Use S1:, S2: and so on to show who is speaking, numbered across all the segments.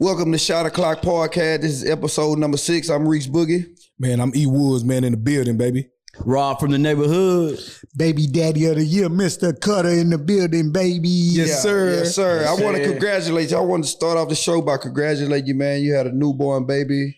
S1: Welcome to Shot O'Clock Podcast. This is episode number six. I'm Reese Boogie.
S2: Man, I'm E Woods, man, in the building, baby.
S3: Rob from the neighborhood.
S4: Baby daddy of the year, Mr. Cutter in the building, baby.
S2: Yes, sir.
S1: Yes, sir.
S3: Yes,
S1: I want to
S3: sir.
S1: congratulate you. I want to start off the show by congratulating you, man. You had a newborn baby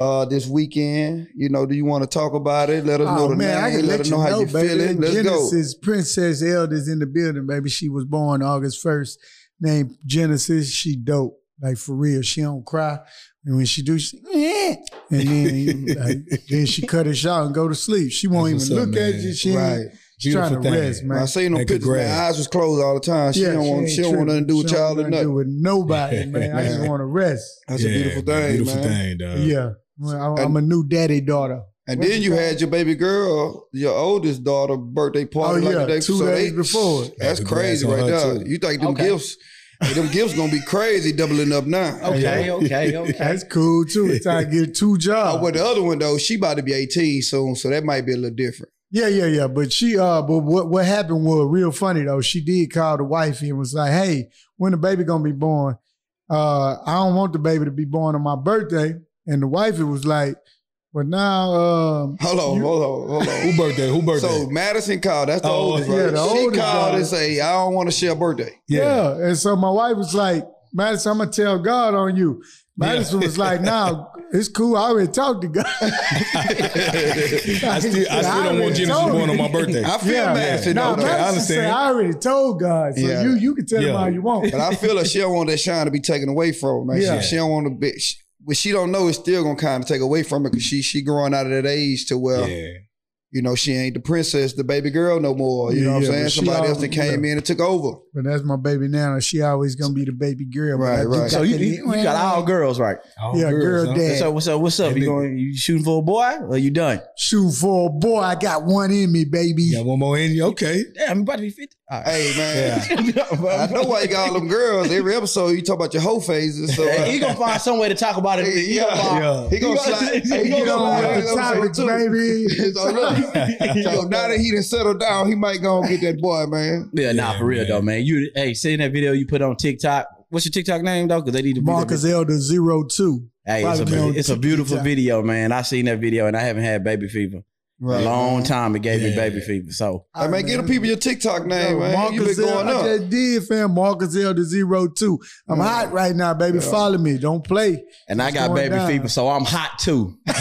S1: uh, this weekend. You know, do you want to talk about it? Let us know
S4: Oh
S1: the
S4: man, I
S1: name.
S4: can
S1: let
S4: let
S1: us
S4: you
S1: know how
S4: know,
S1: you
S4: baby.
S1: feeling. Let's
S4: Genesis Princess Elders in the building, baby. She was born August first. Named Genesis. She dope, like for real. She don't cry, and when she do, she eh. and then you- like, then she cut it shot and go to sleep. She won't
S2: That's
S4: even
S2: what's
S4: look
S2: up,
S4: at
S2: man.
S4: you. She
S1: go.
S4: right.
S1: Right.
S4: She's trying to
S2: Beautiful thing.
S4: rest, man.
S1: When I seen no
S2: Hey,
S1: pictures, man.
S2: congrats.
S1: Eyes was closed all the time. She don't want.
S4: ain't
S1: She don't want nothing to do with
S4: tripping. She
S1: child or
S4: don't want nothing to do
S1: nothing.
S4: with nobody, man. I just
S1: Man.
S4: want to rest.
S1: That's
S2: Yeah,
S1: a beautiful
S2: man,
S1: thing,
S2: Beautiful
S1: man.
S2: thing, dog.
S4: yeah, Well, I'm, I'm a new daddy daughter.
S1: And
S4: What
S1: then
S4: is
S1: you
S4: that?
S1: had your baby girl, your oldest daughter, birthday party.
S4: Oh,
S1: like
S4: yeah,
S1: the day
S4: two
S1: so
S4: days
S1: they-
S4: before.
S1: That's
S2: Congrats
S1: crazy
S2: on
S1: right
S2: her,
S1: there.
S2: too.
S1: You think them
S3: Okay.
S1: gifts? hey, them gifts gonna be crazy doubling up now.
S3: Okay, okay, okay.
S4: That's cool too. It's time to get two jobs.
S1: Oh, well, the other one though, she about to be 18 soon, so that might be a little different.
S4: Yeah, yeah, yeah. But she, uh, but what what happened was real funny though. She did call the wifey and was like, "Hey, when the baby gonna be born? Uh, I don't want the baby to be born on my birthday." And the wifey was like, "Well, now, um,
S1: Hold on,
S4: You-
S1: hold on, hold
S2: Who
S1: on.
S2: birthday? Who birthday?
S1: so Madison called. That's the
S2: Oh,
S1: oldest, right?
S4: yeah, the
S1: she
S4: oldest
S1: called
S4: daughter.
S1: and say, "I don't want to share a birthday."
S2: yeah.
S4: yeah. And so my wife was like, "Madison, I'm gonna tell God on you." Madison was like, "Nah, it's cool. I already talked to God."
S2: I still, I still don't want
S4: already
S2: Genesis
S4: told
S2: born on
S4: you.
S2: my birthday.
S1: I feel
S4: Yeah,
S1: Madison.
S4: Nah,
S1: though,
S2: okay, I
S4: Madison
S1: though.
S2: understand.
S4: said, "I already told God, so
S1: Yeah.
S4: you you can tell him
S2: Yeah.
S4: all you want."
S1: But I feel like she don't want that shine to be taken away from her. Man. She-
S2: Yeah.
S1: She, don't want to be. She, what she don't know is still gonna kind of take away from her because she she growing out of that age to where
S2: yeah.
S1: you know she ain't the princess, the baby girl no more. You
S4: Yeah,
S1: know what
S4: yeah,
S1: I'm saying?
S4: but she
S1: Somebody else that
S4: always-
S1: came in and took over.
S4: But that's my baby now. She always gonna be the baby girl. but
S1: Right,
S4: I do
S1: right.
S4: got
S3: So you,
S4: that-
S3: you, you got all girls, right?
S2: All
S4: Yeah, girl
S2: huh?
S4: dad.
S3: So what's up? What's up?
S2: Hey,
S3: You
S2: nigga.
S3: going? You shooting for a boy? Or you done?
S4: shoot for a boy. I got one in me, baby.
S2: You Got one more in you. Okay.
S3: Damn, I'm about to be fifty. All right.
S1: Hey man, I
S3: I
S1: know why you got all them girls. Every episode you talk about your whole phases. So
S3: Hey, he gonna find some way to talk about it. He
S1: Yeah.
S3: gonna
S2: Yeah.
S3: find-
S1: He gonna slide. Hey, he
S4: Get
S1: gonna
S4: on
S1: slide
S4: with the
S1: that episode
S4: topic,
S1: too.
S4: baby.
S1: So look, so now that he done settled down, he might go and get that boy, man.
S3: Yeah, nah,
S2: Yeah,
S3: for real
S2: man.
S3: though, man. You hey, seeing that video you put on TikTok. What's your TikTok name though? Because they need to be-
S4: Marcus Elder zero two.
S3: Hey, it's
S4: Probably
S3: a,
S4: on
S3: it's a beautiful
S4: TikTok.
S3: video, man. I seen that video and I haven't had baby fever a long time. It gave me
S2: Yeah.
S3: baby fever, so
S1: I man, give the people your TikTok name, man.
S4: Marcus
S1: you been going
S4: Elder.
S1: up.
S4: I just did, fam. Marcus Elder zero two. I'm
S1: Yeah.
S4: hot right now, baby.
S1: Yeah.
S4: Follow me. Don't play.
S3: and I
S4: It's
S3: got
S4: going
S3: baby
S4: down.
S3: fever, so I'm hot too.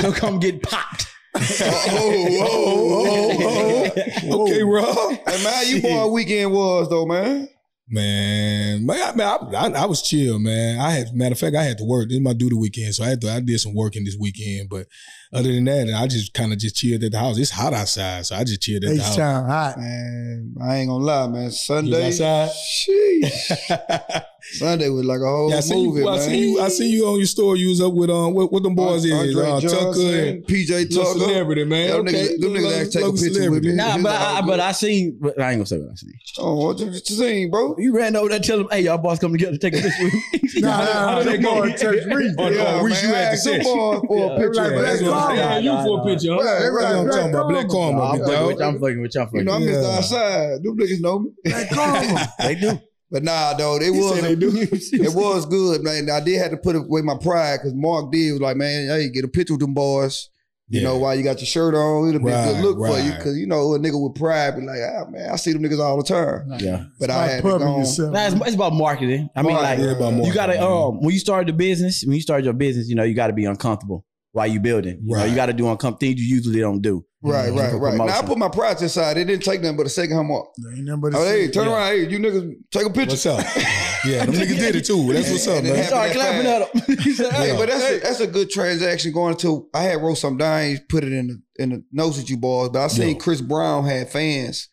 S3: so come get popped.
S1: oh, oh, oh, oh.
S2: Okay,
S4: Whoa.
S2: Rob.
S1: Hey, man, how you boy weekend was though, man.
S2: Man, man, I, man I, I, I was chill, man. I had matter of fact, I had to work. This is my duty weekend, so I had to, I did some working this weekend. But other than that, I just kind of just chilled at the house. It's hot outside, so I just chilled at the
S4: H
S2: house.
S4: time hot.
S1: Man, I ain't gonna lie, man. Sunday,
S2: outside?
S1: sheesh. Sunday was like a whole
S2: Yeah, I see
S1: movie,
S2: you. I
S1: man.
S2: see you. I see you on your story. You was up with um, what, what them boys is
S1: Andre
S2: uh,
S1: Johnson,
S2: Tucker and
S1: PJ
S2: little
S1: Tucker.
S2: celebrity man.
S1: Them
S2: okay,
S1: niggas- them niggas
S2: little-
S1: actually take a
S2: little
S1: picture with
S2: celebrity.
S1: me.
S3: Nah,
S1: His
S3: but
S1: all
S3: I,
S1: good.
S3: but I seen. But I ain't gonna say what I seen.
S1: Oh, what you what you seen, bro?
S3: You ran over there, tell him, "Hey, y'all boys, come together, take a picture with me."
S4: Nah, nah,
S2: how
S4: nah.
S2: did
S4: That
S2: it go?
S4: boy touch Reed.
S2: Oh, no,
S1: Yeah,
S2: Reese,
S1: man,
S2: you
S1: I
S2: had to
S1: asked them
S2: sit.
S1: boy for a
S3: Yeah,
S1: picture.
S4: like
S2: Yeah,
S1: man.
S2: that's what I'm saying.
S3: Karma.
S4: Black
S2: Yeah, you for a picture, huh?
S1: Right,
S2: That's what I'm
S1: right,
S2: talking about. Black
S3: Nah,
S2: Karma, big
S3: I'm fucking
S2: dog.
S3: with you. I'm fucking with you. I'm
S1: You
S3: fucking
S1: know, I
S3: with
S1: missed the
S2: Yeah.
S1: outside. Them niggas know me.
S4: Like, come on.
S3: you. They do.
S1: But nah, though, it
S3: He
S1: was
S3: said they do.
S1: it was good, man. I did have to put away my pride because Mark did was like, man, hey, get a picture with them boys. You know,
S2: Yeah.
S1: while you got your shirt on, it'll be a good
S2: Right,
S1: look for you.
S2: right.
S1: Cause you know, a nigga with pride be like, ah man, I see them niggas all the time.
S3: Yeah.
S1: But I
S4: Stop
S1: had to
S4: pubbing
S1: go.
S4: yourself.
S3: Nah, it's, it's about marketing. I mean, like
S2: Yeah, about
S3: you
S2: marketing,
S3: gotta
S2: man.
S3: um when you start the business, when you start your business, you know you gotta be uncomfortable while you building. You know,
S2: Right.
S3: you gotta do uncomfortable things you usually don't do.
S1: Right,
S3: Mhm.
S1: right,
S3: For
S1: right. Now I
S3: promotion.
S1: put my pride to the side. It didn't take nothing but a second homework.
S4: Ain't nothing but a
S1: Oh, hey,
S4: secret.
S1: turn around. Hey, you niggas, take a picture.
S2: What's up? Yeah, them niggas did it too. That's what's up,
S1: And it
S2: man.
S1: happened
S3: Start
S1: that
S3: clapping
S1: fast.
S3: at him. He said,
S1: Hey,
S3: "Hey,
S2: Yeah.
S1: but that's a, that's a good transaction going to. I had wrote some down. He put it in the in the notes that you boys. But I seen
S2: Yeah.
S1: Chris Brown had fans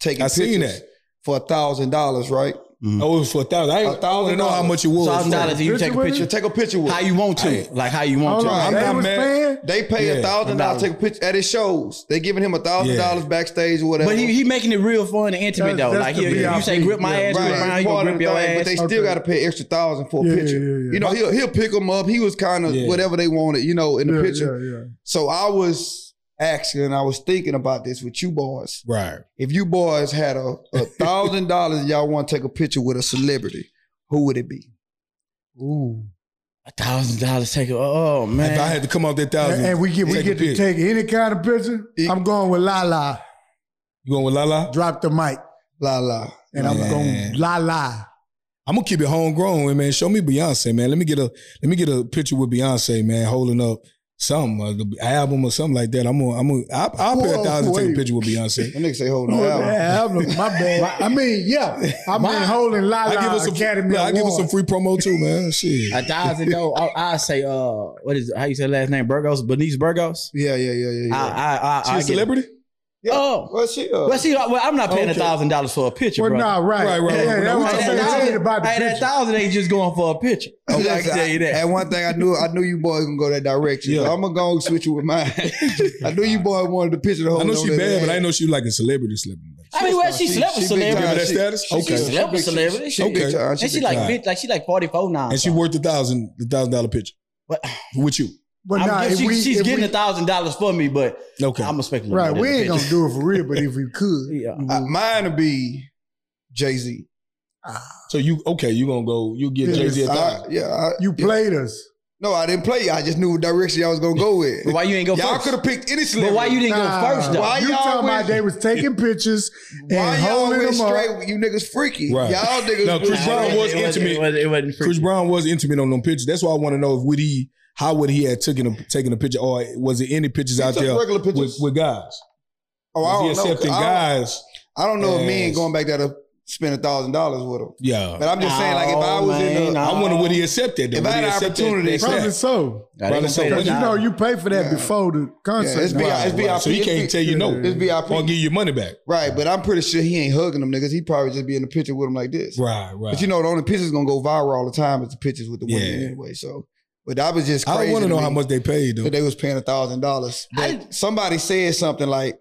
S1: taking
S2: I
S1: pictures
S2: seen that.
S1: for a thousand dollars. Right,
S2: Oh, it was for a thousand. I, ain't- I want to know how much it was.
S3: thousand dollars and you
S4: Picture
S3: take a
S4: with
S1: you
S3: picture
S1: take a picture with.
S3: how you want to,
S2: Hey.
S3: like how you want
S4: Hold
S3: to."
S4: on.
S2: I'm
S4: They
S2: not
S4: was
S2: mad.
S4: paying.
S1: they pay a
S2: Yeah,
S1: thousand dollars to take a picture at his shows. They giving him a thousand dollars
S2: Yeah.
S1: backstage or whatever.
S3: But he, he making it real fun and intimate
S4: That's-
S3: though.
S4: that's
S3: Like
S4: the
S3: he, you say
S4: VIP.
S3: grip my
S4: Yeah,
S3: ass,
S1: Right,
S3: grip
S1: it's
S3: mine, he
S1: part
S3: gonna
S1: of
S3: grip
S1: the
S3: your
S1: thing,
S3: ass.
S1: but they still
S4: Okay.
S1: got to pay extra thousand for a
S4: Yeah,
S1: picture.
S4: yeah, yeah.
S1: You know, he'll he'll pick him up. He was kind of
S2: Yeah.
S1: whatever they wanted, you know, in the
S4: yeah,
S1: picture.
S4: Yeah, yeah.
S1: So I was asking, I was thinking about this with you boys.
S2: Right.
S1: If you boys had a a thousand dollars, and y'all want to take a picture with a celebrity, who would it be?
S4: Ooh.
S3: A thousand dollars take it. Oh man.
S2: If I had to come out that
S4: And,
S2: thousand,
S4: and we get we
S2: Take a
S4: get to
S2: pic.
S4: take any kind of picture.
S1: It-
S4: I'm going with La La.
S2: you going with Lala?
S4: Drop the mic.
S1: La la.
S4: And I'm
S2: Man.
S4: going La La.
S2: I'm gonna keep it homegrown, man. Show me Beyonce, man. Let me get a let me get a picture with Beyonce, man, holding up some album or something like that. I'm gonna I'm gonna I'll, I'll pay a
S4: Whoa,
S2: thousand to take a
S4: wait.
S2: picture with Beyonce.
S1: That nigga say
S4: Oh,
S1: holding the album.
S4: Yeah, album. My bad. I mean, yeah. I've been holding La La
S2: I give us some
S4: Academy
S2: look, I give us some
S4: Award.
S2: free promo too, man. Shit.
S3: A thousand though. I, I say, uh, what is how you say last name? Burgos, Bernice Burgos.
S1: Yeah, yeah, yeah, yeah. yeah.
S3: I, I, I,
S2: She
S3: I
S2: a
S3: get it.
S2: celebrity?
S3: Oh,
S1: well, she. Uh,
S3: well, see, well, I'm not paying a
S2: Okay.
S3: thousand dollars for a picture,
S4: Well,
S3: bro.
S4: nah, right.
S2: Right, right,
S4: Yeah,
S2: right.
S4: that's
S2: We
S4: what I'm
S3: Hey,
S4: saying.
S1: talking
S4: It ain't about the
S3: hey, that
S4: picture.
S3: thousand ain't just going for a picture. Okay, I can
S1: Listen,
S3: tell you that.
S1: And one thing I knew, I knew you boy was gonna go that direction.
S2: Yeah.
S1: So I'm gonna go and switch you with mine. I knew you boy wanted to picture the whole.
S2: I know she bad, but I know she like a celebrity celebrity.
S3: I mean, well, she slept with
S2: Give her
S3: celebrity.
S2: that status? Okay.
S3: She's slept with celebrity. She,
S2: Okay.
S3: and she like bitch, like she like 44 now.
S2: And she worth a thousand the thousand dollar picture.
S3: But-
S2: With you.
S4: But nah, if
S3: she,
S4: we,
S3: she's
S4: if
S3: getting
S4: we,
S3: a thousand dollars for me, but
S2: Okay.
S3: I'm expecting
S4: Right, we ain't gonna do it for real, but if we could,
S3: Yeah.
S4: we
S1: Uh,
S4: would.
S1: mine would be Jay Z.
S2: so you okay, you gonna go, you get
S4: Yeah,
S2: Jay Z a
S4: I-
S2: thousand.
S1: Yeah, I,
S4: you played us.
S1: no, I didn't play. I just knew what direction y'all was gonna go with.
S3: But why you ain't go
S1: y'all
S3: first?
S1: could have picked any
S3: But
S1: celebrity.
S3: why you didn't
S4: Nah,
S3: go first though?
S1: Why
S4: you
S1: y'all
S4: talking
S1: went-
S4: about they was taking pictures and
S1: Why y'all
S4: holding
S1: went
S4: them up?
S1: straight? You niggas freaky.
S2: Right.
S1: Y'all niggas.
S2: No, Chris
S1: was-
S2: Brown
S3: It
S2: was
S3: wasn't- it wasn't-
S2: intimate.
S3: It wasn't, it wasn't
S2: Chris
S3: freaky.
S2: Brown was intimate on them pictures. That's why I want to know if would he how would he have taken a taken a picture or was there any pictures
S1: He
S2: out
S1: took
S2: there
S1: regular
S2: with,
S1: pictures.
S2: with guys?
S1: oh, I
S2: Was
S1: don't
S2: he
S1: know.
S2: accepting
S1: I don't-
S2: guys?
S1: I don't know if me
S2: Yes.
S1: ain't going back there to spend a thousand dollars with him.
S2: Yeah.
S1: But I'm just saying, like, if I was in
S3: No,
S1: the,
S3: man,
S2: I wonder would he accept that? though?
S1: If I
S2: Would he
S1: had
S2: accept that-
S1: opportunity,
S2: that
S4: Probably
S2: snap?
S4: so.
S3: Nah, they gonna
S2: so
S3: pay that
S2: when
S4: Because you
S3: dollar.
S4: know you pay for that
S1: Yeah.
S4: before the concert.
S1: Yeah, it's
S4: Nah,
S1: VIP. It's VIP.
S2: So he can't
S1: It's
S2: tell you no.
S1: It's VIP.
S2: Or give you your money back.
S1: Right, but I'm pretty sure he ain't hugging them niggas. He probably just be in the picture with them like this.
S2: Right, right.
S1: But you know, the only pictures gonna go viral all the time is the pictures with the women
S2: Yeah.
S1: anyway. So, but I was just crazy.
S2: I don't want to know
S1: me
S2: how much they paid though.
S1: that they was paying a thousand dollars.
S3: I-
S1: But somebody said something like,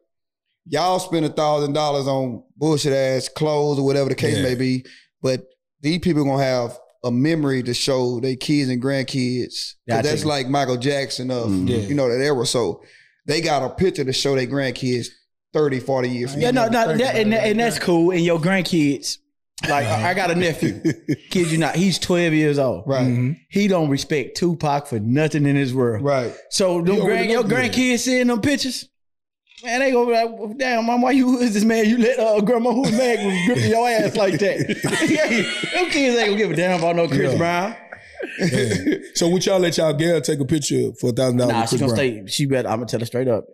S1: "Y'all spend a thousand dollars on bullshit ass clothes or whatever the case
S2: Yeah.
S1: may be, but these people gonna have a memory to show their kids and grandkids. 'Cause
S3: Gotcha.
S1: That's like Michael Jackson of
S3: Mm.
S2: Yeah.
S1: you know that era. So they got a picture to show their grandkids 30, 40 years. From
S3: Yeah, no, no,
S4: Think
S3: that,
S4: about
S3: and, that,
S4: it.
S3: and that's cool. And your grandkids, like I I got a nephew. Kid you not, he's 12 years old.
S1: Right,
S2: Mhm.
S3: He don't respect Tupac for nothing in his world.
S1: right.
S3: So them
S2: already
S3: grand,
S2: know
S3: your
S2: you did.
S3: grandkids seeing them pictures, man, they gonna be like, well, damn, mom, why you is this man? You let uh, grandma who's mad was gripping your ass like that. them kids ain't gonna give a damn about no Chris
S2: Yeah.
S3: Brown.
S2: Yeah. So would y'all let y'all girl take a picture for a thousand dollars?
S3: Nah,
S2: with
S3: she
S2: Chris
S3: gonna
S2: Brown?
S3: stay. She better. I'm gonna tell her straight up.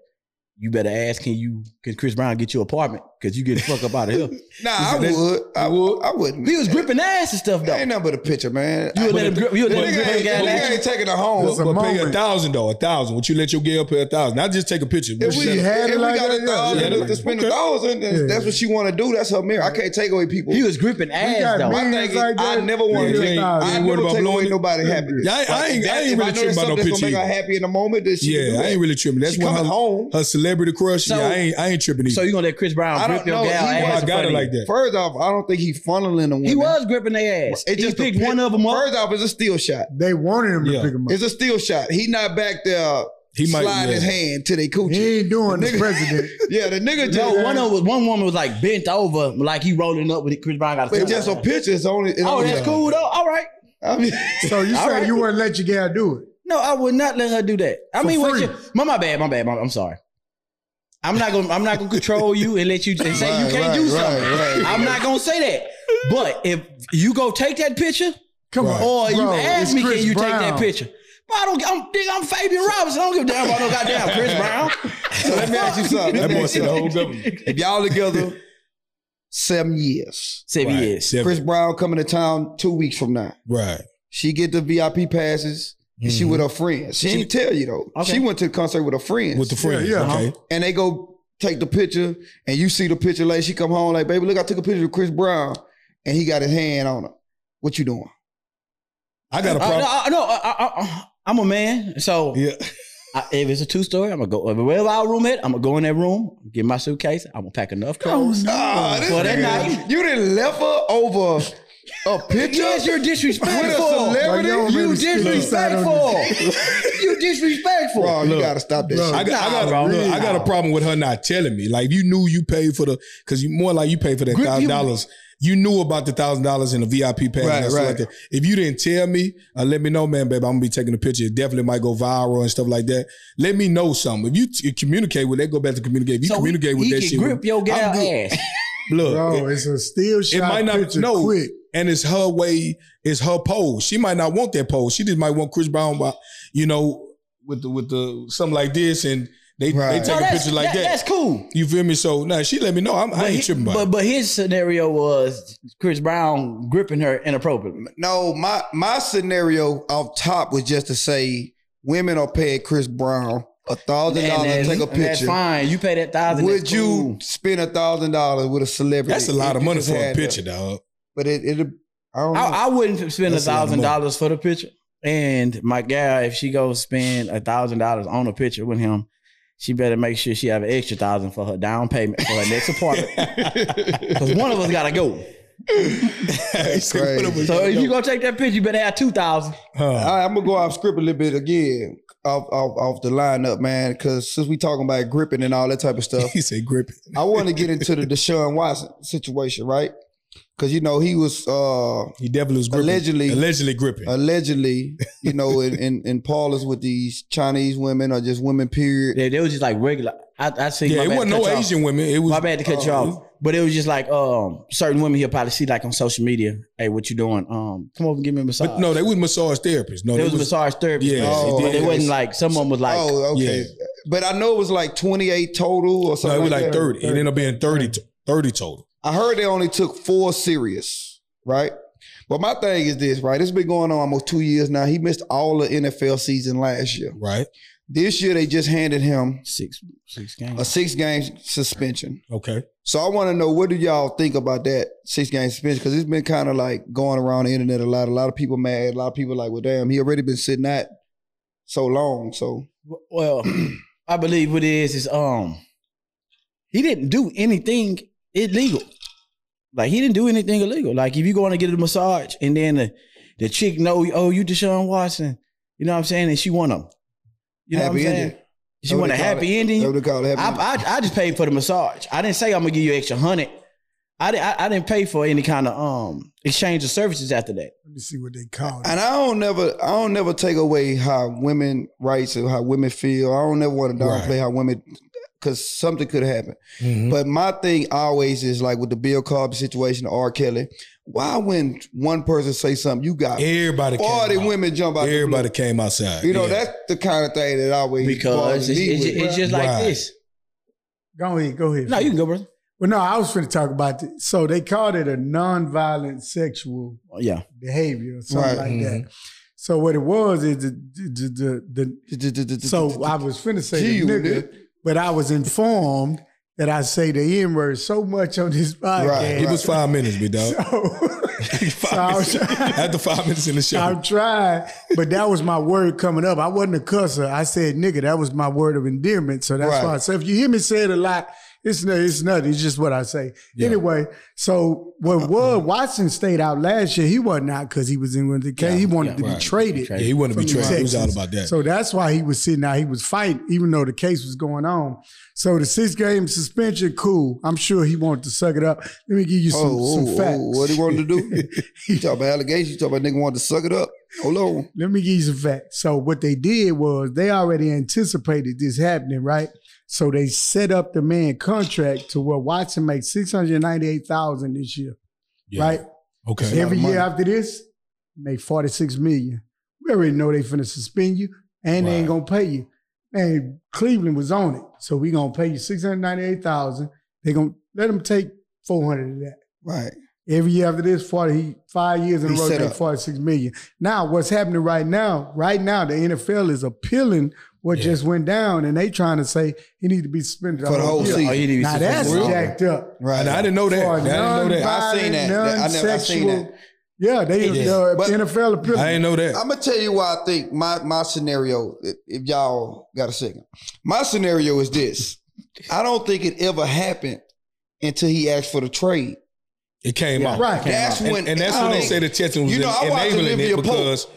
S3: You better ask, can you can Chris Brown get you an apartment? Cause you get the fuck up out of here.
S1: Nah,
S2: He
S1: I
S2: said that-
S1: would. I would. I wouldn't.
S3: He was gripping ass and stuff though.
S1: Ain't nothing but a picture, man.
S3: You would
S1: I-
S3: let him grip. You would
S1: the
S3: let him
S1: nigga
S3: grip a
S1: ain't,
S3: guy
S1: the
S3: like
S1: nigga ain't taking her home.
S4: It's a
S2: But pay a
S4: moment.
S2: thousand though, a thousand. Would you let your girl pay a thousand? I just take a picture. Would
S1: If
S2: you
S1: we,
S2: let her-
S1: if
S4: had it
S1: we
S4: like
S1: got
S4: that,
S1: a
S4: yeah.
S1: thousand
S2: Yeah.
S1: to spend a thousand, then
S4: Yeah.
S1: that's what she want to do. That's her mirror. I can't take away people.
S3: He was gripping ass
S4: got
S3: though.
S1: My
S4: me-
S1: thing is,
S4: Like
S1: I
S4: that.
S1: never want
S2: Yeah,
S1: to
S2: you
S1: take.
S2: ain't- you
S1: I
S2: ain't worried
S1: never
S2: about
S1: take away
S2: blowing-
S1: nobody's happiness.
S2: Yeah, I- I ain't- I
S1: that-
S2: ain't
S1: if
S2: really
S1: know it's
S2: tripping about
S1: something
S2: no
S1: that's gonna
S2: picture
S1: make
S2: either.
S1: her happy in the moment. Then she can do
S2: Yeah, I
S1: it.
S2: ain't really tripping. That's
S1: She
S2: why
S1: coming
S2: her,
S1: home.
S2: her celebrity crush.
S3: So-
S2: yeah, I ain't, I ain't tripping either.
S3: So you gonna let Chris Brown
S1: I
S3: grip
S1: don't
S3: your
S1: know.
S3: gal
S1: He
S2: Why
S3: ass?
S2: I got it
S3: funny.
S2: like that.
S1: First off, I don't think he funneling them.
S3: He
S1: women.
S3: was gripping their ass.
S1: It
S3: he
S1: just
S3: picked
S1: a pic-
S3: one of them up.
S1: First off, it's a steel shot.
S4: They wanted him
S2: Yeah.
S4: to pick him up.
S1: It's a steel shot. He not back there. uh,
S2: He might-
S1: sliding his
S2: yeah.
S1: hand to their coochie.
S4: He ain't doing the
S1: Nigga.
S4: president.
S1: Yeah, the nigga just
S3: No, one of was one woman was like bent over, like he rolling up with it. Chris Brown got.
S1: But just a picture. It's only. It's
S3: Oh,
S1: only-
S3: that's cool though. All right.
S1: I mean,
S4: So you
S3: All
S4: say
S3: right.
S4: you wouldn't let your gal do it?
S3: No, I would not let her do that. I
S4: For
S3: mean, what
S4: free.
S3: you, my, my bad, my bad, my, I'm sorry. I'm not gonna I'm not gonna control you and let you and say you
S1: Right,
S3: can't
S1: right,
S3: do
S1: right,
S3: something.
S1: right.
S3: I'm not gonna say that. But if you go take that picture,
S4: Come
S2: Right.
S4: on,
S3: or you
S4: Bro,
S3: ask
S4: it's
S3: me,
S4: Chris
S3: can you
S4: Brown.
S3: take that picture? But I don't. I'm, nigga, I'm Fabian Robinson. I don't give a damn about no goddamn Chris Brown.
S1: so let me ask you something. Let
S2: that
S1: me
S2: boy
S1: ask you
S2: said "Oh." the
S1: something.
S2: whole government.
S1: If y'all together seven years,
S3: Say
S2: Right,
S3: yes.
S2: seven.
S1: Chris Brown coming to town two weeks from now.
S2: Right.
S1: She get the VIP passes. And she
S2: Mhm.
S1: with her friends. She, didn't tell you though.
S3: Okay.
S1: She went to the concert with her friends.
S2: with the friends.
S4: yeah,
S2: okay.
S4: uh-huh.
S1: and they go take the picture, and you see the picture later. She come home like, baby, look, I took a picture of Chris Brown, and he got his hand on her. What you doing?
S2: I got a
S3: Uh, no,
S2: problem.
S3: I, no, I, I, I, I'm a man, so
S2: yeah.
S3: I, if it's a two story, I'm gonna go wherever our room at. I'm gonna go in that room, get Oh, my suitcase. I'm gonna pack enough clothes.
S1: Ah,
S3: For that night.
S1: you didn't left her over A picture?
S3: Yes, you're disrespectful.
S1: celebrity?
S4: Like, yo,
S3: You
S4: man, this kid inside
S3: disrespectful.
S4: on
S3: you disrespectful.
S1: Bro, you
S2: Look,
S1: gotta stop that
S4: bro,
S1: shit.
S2: I got, I, got
S3: Nah,
S2: a,
S3: bro.
S2: look, I got a
S3: Nah.
S2: problem with her not telling me. Like you knew you paid for the because you more like you paid for that
S3: Good
S2: thousand
S3: people-
S2: dollars. You knew about the thousand dollars in the VIP pass.
S1: Right,
S2: and stuff
S1: right.
S2: Like that. If you didn't tell me, uh, let me know, man, babe. I'm gonna be taking a picture. It definitely might go viral and stuff like that. Let me know something. If you t- communicate with, they go back to communicate. If you
S3: So he-
S2: communicate with
S3: he
S2: that
S3: can
S2: shit,
S3: grip your gal
S2: I'm good.
S3: ass.
S2: look,
S4: Bro,
S2: it-
S4: it's a still
S2: it,
S4: shot
S2: might not
S4: picture
S2: no,
S4: quick.
S2: and it's her way. It's her pose. She might not want that pose. She just might want Chris Brown, uh, you know, with the with the something like this, and they
S1: Right.
S2: they
S3: No,
S2: take a
S3: that's-
S2: picture like
S3: that- That's cool.
S2: you feel me? So now she let me know. I'm, I ain't
S3: he-
S2: tripping about
S3: but,
S2: it.
S3: but his scenario was Chris Brown gripping her inappropriately.
S1: No, my my scenario off top was just to say women are paying Chris Brown a thousand dollars to
S3: that's-
S1: take a
S3: and That's
S1: picture.
S3: fine. You pay that thousand.
S1: Would
S3: that's
S1: you
S3: cool.
S1: spend a thousand dollars with a celebrity?
S2: That's a lot
S1: if
S2: of
S1: you
S2: money
S1: just
S2: for a
S1: had the-
S2: picture, dog.
S1: But it, it, I don't know.
S3: I, I wouldn't spend a
S2: That's a lot of
S3: thousand
S2: money.
S3: dollars for the picture. And my gal, if she goes spend a thousand dollars on a picture with him, she better make sure she have an extra thousand for her down payment for her next apartment. Because one of us gotta go.
S1: crazy.
S3: So if you go take that picture, you better have two thousand.
S2: Huh.
S1: I, am gonna go off script a little bit again, off off, off the lineup, man. Because since we talking about gripping and all that type of stuff,
S2: he said grip it.
S1: I want to get into the Deshaun Watson situation, right? Because you know he was uh
S2: He definitely was gripping.
S1: Allegedly-
S2: allegedly gripping.
S1: allegedly, you know, in in, in parlors with these Chinese women or just women. Period.
S3: They, they was just like regular. I, I see.
S2: yeah, it wasn't no Asian women. It was
S3: My bad to cut you
S2: uh,
S3: off. But it was just like um certain women he'll probably see like on social media. Hey, what you doing? Um, come over and give me a massage.
S2: But no, they was massage therapists. No,
S3: it
S2: they
S3: was,
S2: was
S3: massage therapy.
S2: Yeah,
S1: Oh,
S3: but
S1: okay.
S3: it wasn't like someone was like
S1: oh, okay.
S2: yeah.
S1: But I know it was like 28 total or
S2: no,
S1: something.
S2: it was like
S1: that.
S2: thirty. It ended up being 30, to- 30 total.
S1: I heard they only took four serious, right? But my thing is this, right? It's been going on almost two years now. He missed all the NFL season last year.
S2: Right.
S1: This year they just handed him
S3: six six
S1: a
S3: games.
S1: six game suspension.
S2: Okay.
S1: So I want to know what do y'all think about that six game suspension? Because it's been kind of like going around the internet a lot. A lot of people mad. A lot of people like, well, damn, he already been sitting out so long. So
S3: Well, I believe what it is is um he didn't do anything illegal. Like he didn't do anything illegal. Like if you going to get a massage and then the, the chick know, oh, you Deshaun Watson, you know what I'm saying? And she want him. You know
S1: Happy
S3: what I'm
S1: ending.
S3: saying? She
S1: That what
S3: want a
S1: they call
S3: happy
S1: it.
S3: ending.
S1: That what they call it, happy ending.
S3: I, I, I just paid for the massage. I didn't say I'm gonna give you an extra hundred. I, di- I I didn't pay for any kind of um exchange of services after that.
S4: Let me see what they call it.
S1: And I don't never, I don't never take away how women rights or how women feel. I don't never want to downplay how women, because something could happen.
S3: Mm-hmm.
S2: Mhm.
S1: But my thing always is like with the Bill Cosby situation, R. Kelly. Why when one person say something, you got
S2: Everybody came
S1: forty
S2: out.
S1: women jump out. the blue.
S2: Everybody came outside.
S1: you know
S2: yeah.
S1: that's the kind of thing that always bothers
S3: Because it's,
S1: me
S3: it's,
S1: with.
S3: ju- it's just like
S2: Right.
S3: this.
S4: Go ahead, go ahead.
S3: No, you can go, brother.
S4: well, no, I was finna talk about it. So they called it a nonviolent sexual
S3: Yeah.
S4: behavior or
S1: Right.
S4: something like that.
S3: Mm-hmm.
S4: So what it was is the, the, the, the so I was finna say the
S1: Gee,
S4: nigga,
S1: nigga.
S4: but I was informed that I say the N word so much on this podcast.
S1: Right.
S2: it was five minutes, me dog.
S4: So, so I
S2: Five
S4: was
S2: minutes.
S4: trying,
S2: After five minutes in the show,
S4: I'm trying, but that was my word coming up. I wasn't a cusser. I said nigga. That was my word of endearment. So that's
S1: Right.
S4: why. So if you hear me say it a lot, it's no, it's nothing. It's just what I say.
S2: Yeah.
S4: Anyway, so when Wood Watson stayed out last year, he wasn't out because he was in with the case. he wanted
S3: yeah,
S4: to
S2: right.
S4: be traded.
S2: yeah, he wouldn't
S4: from
S2: be
S4: the
S2: trying. He was out
S4: Texans.
S2: about that.
S4: So that's why he was sitting out. He was fighting, even though the case was going on. So the six game suspension, cool. I'm sure he wanted to suck it up. Let me give you some,
S1: Oh,
S4: some
S1: oh,
S4: facts.
S1: oh, what he wanted to do? you talk about allegations. You talk about nigga wanted to suck it up. Hold on.
S4: Let me give you some facts. So what they did was they already anticipated this happening, right? So they set up the man contract to where Watson makes six hundred ninety eight thousand this year,
S2: Yeah.
S4: right?
S2: Okay.
S1: Yeah.
S4: Every
S1: lot of
S4: year
S1: money.
S4: after this, make forty six million. We already know they finna suspend you, and they ain't gonna pay you. And Cleveland was on it, so we gonna pay you six hundred ninety eight thousand. They gonna let them take four hundred of that.
S1: Right.
S4: Every year after this, 40, he, five years in
S1: He
S4: a row,
S1: set
S4: they
S1: up.
S4: 46 million. Now, what's happening right now, right now, the NFL is appealing what
S2: Yeah.
S4: just went down, and they trying to say he need to be suspended
S1: For the whole
S4: year.
S1: season.
S3: Oh, you need to be
S4: Now, that's
S3: suspended.
S4: jacked up.
S1: Right.
S2: And I didn't know that.
S4: For
S2: I didn't know that.
S1: I seen that. That- I never- I seen
S4: non-violent,
S1: that.
S4: Yeah, they
S2: Yeah.
S4: the
S1: But-
S4: NFL appealing.
S2: I didn't know that.
S1: I'm gonna tell you why I think my my scenario. If, if y'all got a second, my scenario is this: I don't think it ever happened until he asked for the trade.
S2: It came out.
S4: Right.
S3: Came
S1: That's
S3: out.
S1: when Oh.
S2: And, and that's when they say the testing was
S1: You know, I watched
S2: enabling
S1: Olivia
S2: it
S1: Pope.
S2: because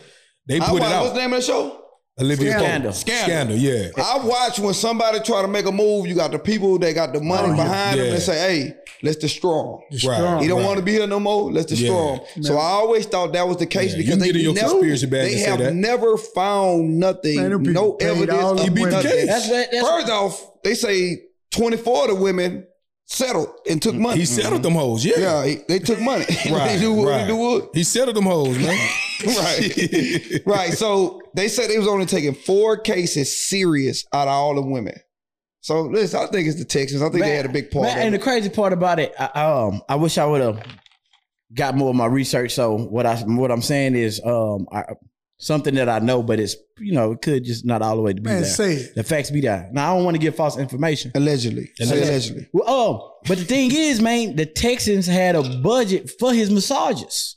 S2: they
S1: I
S2: put it
S1: watched-
S2: out.
S1: What's the name of the show?
S2: Olivia
S3: Scandal.
S2: Pope.
S1: Scandal.
S2: Scandal, yeah.
S1: I watch when somebody try to make a move. You got the people that got the money
S3: Oh,
S1: behind
S2: yeah.
S1: them and say, "Hey, let's destroy him."
S2: Right.
S1: He don't
S2: right.
S1: want to be here no more. Let's destroy
S2: Yeah.
S1: him. So I always thought that was the case
S2: Yeah, you
S1: because
S2: can
S1: they
S2: get in your
S1: never,
S2: conspiracy badge
S1: they
S2: and say
S1: have
S2: that.
S1: never found nothing,
S4: Man, them people
S1: no
S4: paid all
S1: evidence.
S4: them
S1: Of
S2: He beat the
S1: nothing.
S2: case.
S3: That's what. That's
S1: First off, they say twenty four of the women settled and took money.
S2: Mm, He settled them hoes, yeah.
S1: Mm-hmm. yeah, he- they took money.
S2: Right,
S1: they do what
S2: right.
S1: they do what.
S2: He settled them hoes, man.
S1: Right. Right. So they said they was only taking four cases serious out of all the women. So listen, I think it's the Texans. I think they had a big part.
S3: Man,
S1: of
S3: and the
S1: it.
S3: crazy part about it, I, um, I wish I would have got more of my research. So what I what I'm saying is, um, I, something that I know, but it's you know it could just not all the way to be
S4: Man,
S3: there.
S4: say it.
S3: the facts be there. Now I don't want to give false information.
S1: allegedly. Say
S2: Allegedly.
S1: allegedly.
S3: Well, oh, but the thing is, man, the Texans had a budget for his massages.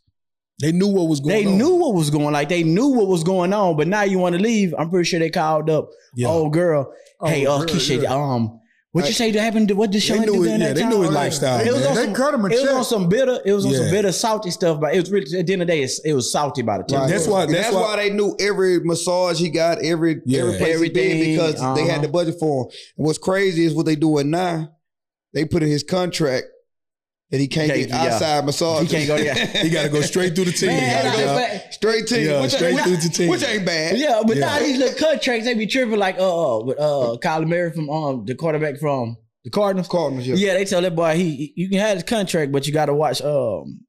S2: They knew what was going
S3: They
S2: on.
S3: knew what was going. Like they knew what was going on. But now you want to leave? I'm pretty sure they called up.
S2: Yeah.
S3: Oh, girl. hey,
S4: Oh,
S3: oh,
S4: girl,
S3: Keisha.
S4: yeah.
S3: Um, what you say that happened? To, what did
S2: They
S3: Sean do
S2: knew it.
S3: during
S2: Yeah,
S3: that
S2: they
S3: time?
S2: knew his
S4: Like,
S2: lifestyle.
S3: It was
S2: man.
S3: on
S4: They
S3: some,
S4: cut him a
S3: it was
S4: check.
S3: on some bitter. It was on some
S2: Yeah.
S3: bitter salty stuff, but it was really at the end of the day, it's, it was salty by the time.
S1: Right.
S2: That's why-
S1: And
S2: that's
S1: that's, why,
S2: why-
S1: they knew every massage he got, every
S2: Yeah.
S1: every place he been
S3: Everything,
S1: because they
S3: uh-huh.
S1: had the budget for him. And what's crazy is what they doing now. They put in his contract that he can't
S3: He
S1: get
S3: can't- yeah.
S1: outside massage.
S3: He can't go there.
S2: He got to go straight through the team.
S3: Man,
S2: He gotta
S3: I-
S2: go
S3: but-
S1: straight to you,
S2: Yeah,
S1: which,
S2: straight
S1: which-
S2: through the team.
S1: which ain't bad.
S3: yeah, but
S2: Yeah.
S3: now these little contracts, they be tripping like uh with uh Kyler Murray from um the quarterback from the Cardinals.
S1: Cardinals, yeah.
S3: Yeah, they tell that boy he you can have his contract, but you got to watch um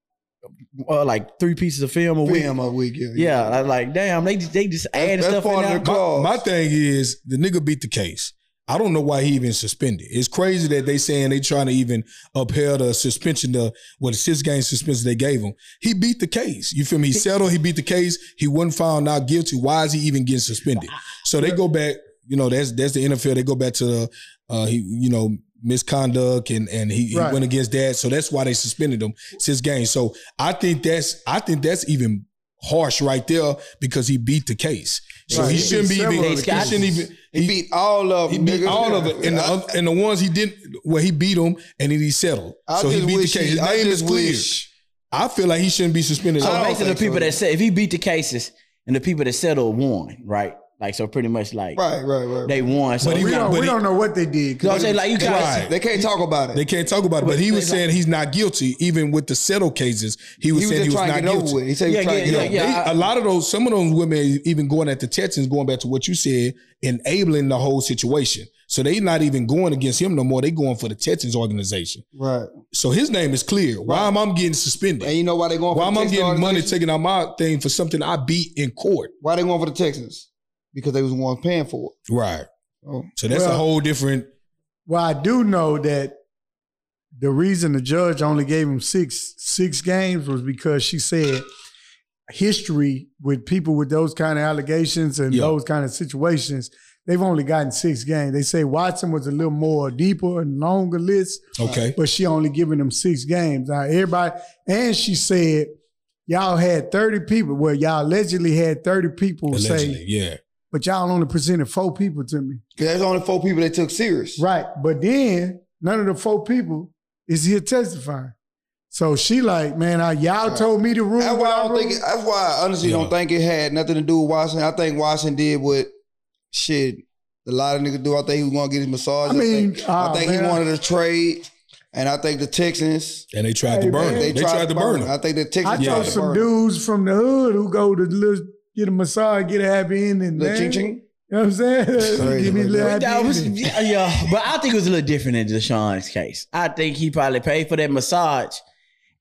S3: uh, like three pieces of film a week.
S1: Win my week, yeah.
S3: Yeah, I like damn, they just they just adding
S1: that's
S3: stuff in
S1: part of
S3: there.
S1: the
S2: My,
S1: Clause.
S2: my thing is the nigga beat the case. I don't know why he even suspended. It's crazy that they saying they trying to even upheld the suspension, the well, the six game suspension they gave him. He beat the case. You feel me? He settled. He beat the case. He wasn't found not guilty. Why is he even getting suspended? So they go back. You know, that's that's the NFL. They go back to the, uh, he, you know, misconduct and and he, he
S4: Right.
S2: went against that. So that's why they suspended him six games. So I think that's I think that's even harsh right there because he beat the case. So
S4: Right.
S2: he shouldn't be even.
S4: Several
S2: He
S4: of the
S2: shouldn't
S3: cases.
S2: even.
S1: He,
S2: He,
S1: beat all of
S2: he
S1: them.
S2: beat
S1: nigga.
S2: all of it, and the
S1: I-
S2: oth- and the ones he didn't. Well, he beat them, and then he settled.
S1: I
S2: so he
S1: just
S2: beat the
S1: wish
S2: case.
S1: he-
S2: His
S1: I
S2: name is
S1: just
S2: clear.
S1: wish- Oh,
S2: I feel like he shouldn't be suspended.
S3: So
S1: I don't
S3: basically, the
S1: think so
S3: people
S1: either.
S3: that said if he beat the cases and the people that settled won, right? Like so, pretty much like
S1: Right, right, right.
S3: they won. So
S2: But he
S4: We
S2: won.
S3: you
S4: don't,
S2: but
S4: we
S2: he-
S4: don't know what they did.
S3: know what I'm saying like you
S1: They-
S3: guys,
S2: Right.
S1: They can't talk about it.
S2: They can't talk about it, but he was
S3: They-
S2: saying he's not guilty, even with the settled cases. He was
S1: he was
S2: saying
S1: just
S2: he
S1: trying
S2: was not
S1: to get
S2: guilty.
S1: over with. He said he was
S3: Yeah,
S1: trying to
S3: yeah,
S1: get
S2: Yeah,
S1: over
S3: yeah.
S1: with.
S2: they-
S3: I-
S2: a lot of those, some of those women even going at the Texans, going back to what you said, enabling the whole situation. So they not even going against him no more. They going for the Texans organization.
S1: Right.
S2: So his name is clear. Why am I getting suspended?
S1: And you know why they going for
S2: Why
S1: the
S2: am I
S1: Texans
S2: getting money
S1: organization?
S2: taken out my thing for something I beat in court?
S1: Why they going for the Texans? Because they was the ones paying for it.
S2: Right.
S1: Oh.
S2: So that's a
S4: Well-
S2: whole different.
S4: Well, I do know that the reason the judge only gave him six six games was because she said history with people with those kind of allegations and
S2: Yeah.
S4: those kind of situations, they've only gotten six games. They say Watson was a little more deeper and longer list,
S2: Okay.
S4: but she only giving them six games. Now everybody and she said y'all had 30 people. Well, y'all allegedly had 30 people
S2: Allegedly.
S4: say,
S2: Yeah.
S4: but y'all only presented four people to me.
S1: Because there's only four people they took serious.
S4: Right. But then none of the four people is here testifying. So she like, man, I, y'all all
S1: Right.
S4: told me the rule.
S1: That's
S4: what
S1: why I don't
S4: wrote."
S1: think. It, that's why I honestly
S2: Yeah.
S1: don't think it had nothing to do with Watson. I think Watson did what shit a lot of niggas do. I think he was gonna get his massage.
S4: I mean,
S1: think,
S4: ah,
S1: I think
S4: man.
S1: he wanted to trade, and I think the Texans
S2: And they tried
S4: Hey,
S2: to burn
S4: man,
S2: him. They, tried, to burn him.
S1: I think the
S4: I
S1: Texans tried
S2: Yeah.
S4: told
S1: to
S4: some
S1: burn him.
S4: dudes from the hood who go to little, get a massage, get a happy ending.
S1: Little
S4: Man.
S1: ching ching.
S4: You know what I'm saying?
S1: Crazy,
S4: Give me a
S1: man.
S4: little
S1: That
S4: happy
S3: That was,
S4: ending.
S3: yeah, yeah, but I think it was a little different in Deshaun's case. I think he probably paid for that massage,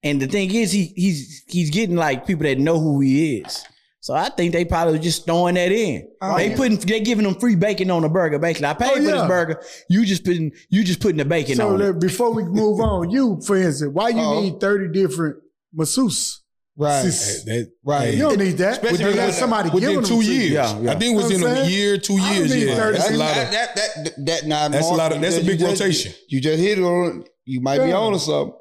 S3: and the thing is, he he's he's getting like people that know who he is. So I think they probably was just throwing that in.
S1: Oh,
S3: they
S1: yeah.
S3: putting they giving them free bacon on the burger. Basically, I paid
S4: Oh,
S3: for
S4: yeah.
S3: this burger. You just putting you Uh-huh. just putting the bacon
S4: So
S3: on it.
S4: look, before we move on, you, for instance, why you
S1: Uh-oh.
S4: need 30 different masseuse?
S2: Hey,
S1: Right.
S2: that-
S1: Right.
S2: hey,
S4: You don't need that.
S1: Especially
S4: But you got
S1: within-
S4: somebody
S2: within
S4: giving them
S2: two
S4: to you.
S2: years.
S3: Yeah, yeah.
S2: I think it was
S4: You
S2: in
S4: know what
S2: a
S4: I'm saying?
S2: year, two
S4: I
S2: years.
S4: need
S2: Yeah,
S4: 30
S2: that's a lot
S1: that,
S2: of.
S1: that, that, that, that, nah,
S2: That's a
S1: Mark,
S2: lot of- that's a
S1: you
S2: big
S1: just-
S2: rotation.
S1: You just hit it on. You might be
S4: Yeah.
S1: on to something.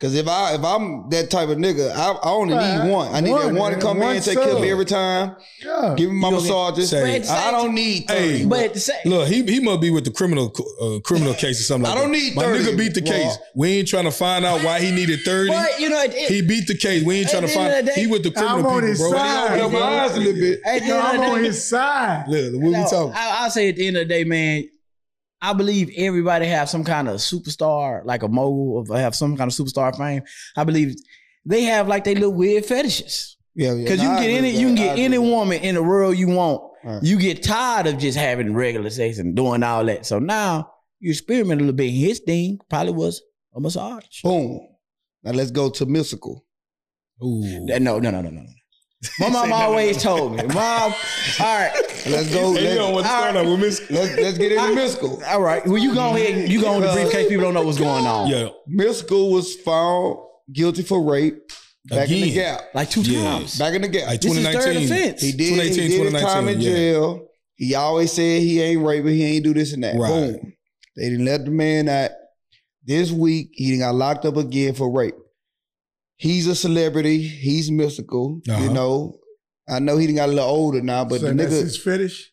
S1: Cause if I if I'm that type of nigga, I, I only
S4: Right.
S1: need one. I need
S4: One,
S1: that one to
S4: man.
S1: come
S4: One
S1: in and take care of
S4: sub.
S1: me every time.
S4: Yeah.
S1: Give me my
S2: You gonna get
S1: massages.
S2: saved.
S1: I don't need thirty.
S2: Hey,
S1: bro.
S5: But at the same,
S2: Look, he he must be with the criminal uh, criminal case or something.
S1: I
S2: Like
S1: don't
S2: that.
S1: need
S2: my
S1: 30.
S2: nigga beat the
S1: Well-
S2: case. we ain't trying to find out why he needed thirty.
S5: but you know, it, it,
S2: He beat the case. We ain't
S5: At
S2: trying to
S5: the end of
S2: find.
S5: the day,
S2: he with the
S4: I'm
S2: criminal
S4: on
S2: people,
S4: his
S2: bro.
S4: side,
S1: Open my eyes a little bit.
S5: at the
S4: No,
S5: end
S4: I'm
S5: of the
S4: on
S5: day-
S4: his side.
S2: Look, what we
S5: No,
S2: talking?
S3: I, I say at the end of the day, man, I believe everybody have some kind of superstar, like a mogul, or have some kind of superstar fame. I believe they have like they little weird fetishes.
S1: Yeah, yeah.
S3: Cause you
S1: Nah,
S3: can
S1: I
S3: get
S1: agree
S3: any,
S1: with
S3: you can
S1: that. I
S3: get
S1: agree
S3: any
S1: with that.
S3: woman in the world you want.
S1: Right.
S3: You get tired of just having regular sex and doing all that. So now you experiment a little bit. His thing probably was a massage.
S1: Boom. Now let's go to mystical.
S2: Ooh.
S3: That- Uh, No, no, no, no, no. no. My mom always told me, "Mom, all right,
S1: Let's go.
S2: Hey, you don't
S1: let's,
S2: want to start up with Miss.
S1: let's, let's get into mystical.
S3: all right." Well, you go ahead, and- you go on the
S1: Because-
S3: briefcase. People don't know what's going on.
S2: Yeah,
S1: Mystical was found guilty for rape back in the
S2: Again.
S1: gap.
S3: like two
S2: Yeah.
S3: times.
S1: Back in the gap.
S2: like
S3: This is third
S2: 2019.
S3: offense.
S1: He did. He
S2: 2018,
S1: did his time
S2: 2019,
S1: in
S2: yeah.
S1: jail. He always said he ain't raping. He ain't do this and that.
S2: Right.
S1: Boom. They didn't let the man out. This week he done got locked up again for rape. He's a celebrity. He's mystical. You
S2: Uh-huh.
S1: know. I know he done got a little older now, but
S4: But so
S1: the
S4: that's
S1: nigga.
S4: his fetish.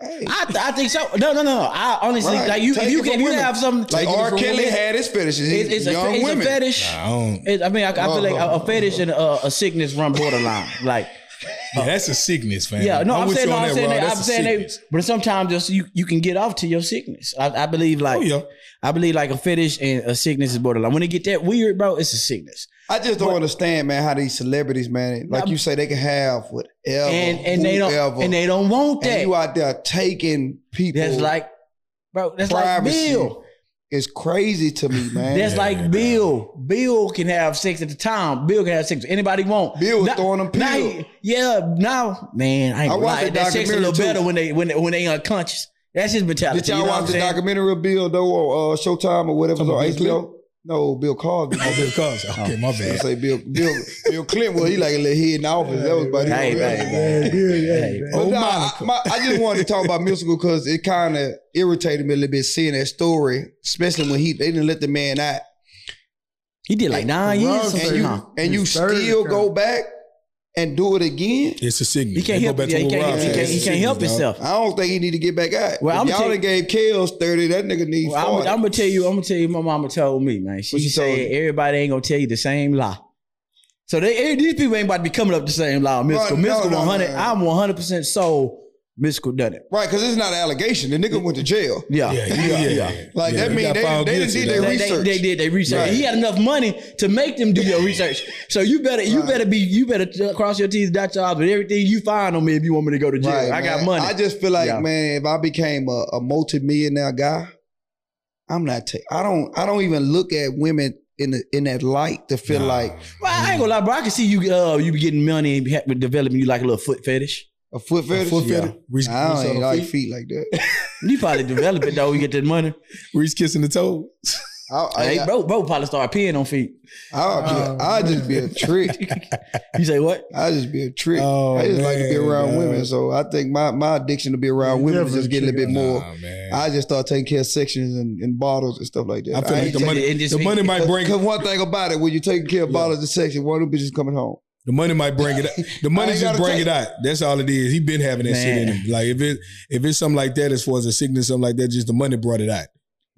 S1: hey,
S3: I, th- I think so. No, no, no, no. I honestly
S1: Right.
S3: like you.
S1: Take
S3: If you
S1: it
S3: can,
S1: from
S3: if you
S1: women.
S3: have some
S1: like R. Kelly
S3: It,
S1: had his fetishes. He's
S3: it's, a,
S1: young
S3: it's a
S1: women.
S2: Nah,
S3: fetish.
S2: I don't.
S3: It- I mean, I, I feel like a, a fetish and a, a sickness run borderline. Like,
S2: Yeah, that's a sickness, fam.
S3: yeah, no, I'm,
S2: with
S3: saying,
S2: you
S3: no,
S2: on
S3: I'm saying,
S2: bro.
S3: that,
S2: That's
S3: I'm
S2: a
S3: saying, they,
S2: sickness.
S3: but sometimes just you, you can get off to your sickness. I, I believe, like,
S2: Oh yeah,
S3: I believe, like a fetish and a sickness is borderline. When it get that weird, bro, it's a sickness.
S1: I just don't understand, man, how these celebrities, man, like
S3: Nah,
S1: you say, they can have whatever,
S3: and and they don't
S1: whoever.
S3: and they don't want
S1: And
S3: that.
S1: you out there taking people.
S3: that's like, bro, that's
S1: privacy.
S3: like Bill.
S1: It's crazy to me, man.
S3: That's
S2: Yeah,
S3: like
S2: man.
S3: Bill. Bill can have sex at the time. Bill can have sex with anybody he want.
S1: Bill was
S3: Now-
S1: throwing them
S3: now
S1: pills.
S3: he- yeah, now man, I ain't
S1: I
S3: gonna
S1: watched
S3: lie.
S1: the
S3: That sex a little
S1: documentary,
S3: better
S1: too.
S3: when they when they, when they unconscious. That's his mentality.
S1: Did y'all
S3: you know
S1: watch
S3: what
S1: the
S3: I'm saying?
S1: documentary of Bill though or uh, Showtime or whatever was on
S2: Talking about Bill
S1: HBO? No, Bill Cosby.
S2: oh, Bill Cosby. Okay, my
S1: I
S2: bad.
S1: say Bill Bill Bill Clinton. Well, he like a little head in the office. That was about it.
S3: Hey,
S1: But
S3: hey,
S4: Yeah, yeah, yeah,
S3: Hey,
S4: yeah.
S2: Oh,
S1: nah, I,
S2: Monica.
S1: my- I just wanted to talk about musical because it kind of irritated me a little bit seeing that story, especially when he they didn't let the man out.
S3: He did like nine
S4: Russell
S3: years. or
S1: And
S3: something,
S1: you
S3: huh?
S1: and you
S4: His third
S1: still
S4: time.
S1: go back and do it again.
S2: It's a sickness.
S3: He can't
S2: They go
S3: help.
S2: back to
S3: Yeah, he
S2: what
S3: can't,
S2: Rob
S3: help- he
S2: said.
S3: can't,
S2: It's a
S3: he can't help
S2: sickness, dog.
S3: himself.
S1: I don't think he need to get back out.
S3: Well,
S1: Well,
S3: I'ma
S1: if y'all
S3: tell
S1: done gave Kels thirty. That nigga needs
S3: Well, I'm,
S1: forty.
S3: I'm gonna tell you. I'm gonna tell you. My mama told me, man. She,
S1: What she told
S3: said
S1: you?
S3: everybody ain't gonna tell you the same lie. So they, eh, these people ain't about to be coming up the same lie. Mystical,
S1: Right, no,
S3: mystical,
S1: no,
S3: one hundred.
S1: no.
S3: I'm one hundred percent sold. Mystical done it.
S1: right, because it's not an allegation. The nigga went to jail.
S3: Yeah.
S2: Yeah, yeah, yeah. yeah.
S1: Like, that
S2: he
S1: mean
S2: got
S1: they-
S2: found
S1: they done
S2: guilty,
S1: did their
S2: dog.
S3: They, they,
S1: research.
S3: they did their research.
S1: Right.
S3: He had enough money to make them do your research. So you better you
S1: Right.
S3: better be you better t- cross your T's, dot your I's with everything you find on me if you want me to go to jail.
S1: Right,
S3: I got
S1: man.
S3: money.
S1: I just feel like,
S3: Yeah.
S1: man, if I became a, a multimillionaire guy, I'm not. Ta- I don't. I don't even look at women in the, in that light to feel
S2: Nah.
S1: like
S3: well, I ain't gonna lie, bro. I can see you uh you be getting money and be ha- developing you like a little foot fetish.
S1: a foot fetish.
S2: Foot
S1: Yeah.
S2: fetish. Reese-
S1: I don't
S2: Reese on
S1: ain't
S2: the
S1: like
S2: feet.
S1: feet like that.
S3: You probably develop it though. You get that money.
S2: Reese kissing the toe.
S1: I, I,
S3: Hey, bro, bro, probably start peeing on feet.
S1: I'll be. a-
S4: Oh,
S1: I'll just be a trick.
S3: You say what?
S1: I just be a trick.
S2: Oh,
S1: I just like to be
S2: man,
S1: around
S2: dog.
S1: women, so I think my, my addiction to be around
S4: You
S1: women is
S4: definitely
S1: just getting a
S4: trick.
S1: bit more.
S2: Nah, man.
S1: I just start taking care of sections and, and bottles and stuff like that.
S2: I feel like
S1: ain't
S2: the
S1: taking-
S2: money,
S3: it just-
S2: the money might bring
S1: Cause one thing about it, when you take care of bottles and section, one of them bitches coming home.
S2: the money might bring it. The
S1: I
S2: money
S1: ain't
S2: just
S1: gotta
S2: bring
S1: take-
S2: it out. That's all it is. He been having that shit in
S3: Man.
S2: him. Like if it if it's something like that, as far as a sickness, something like that, just the money brought it out.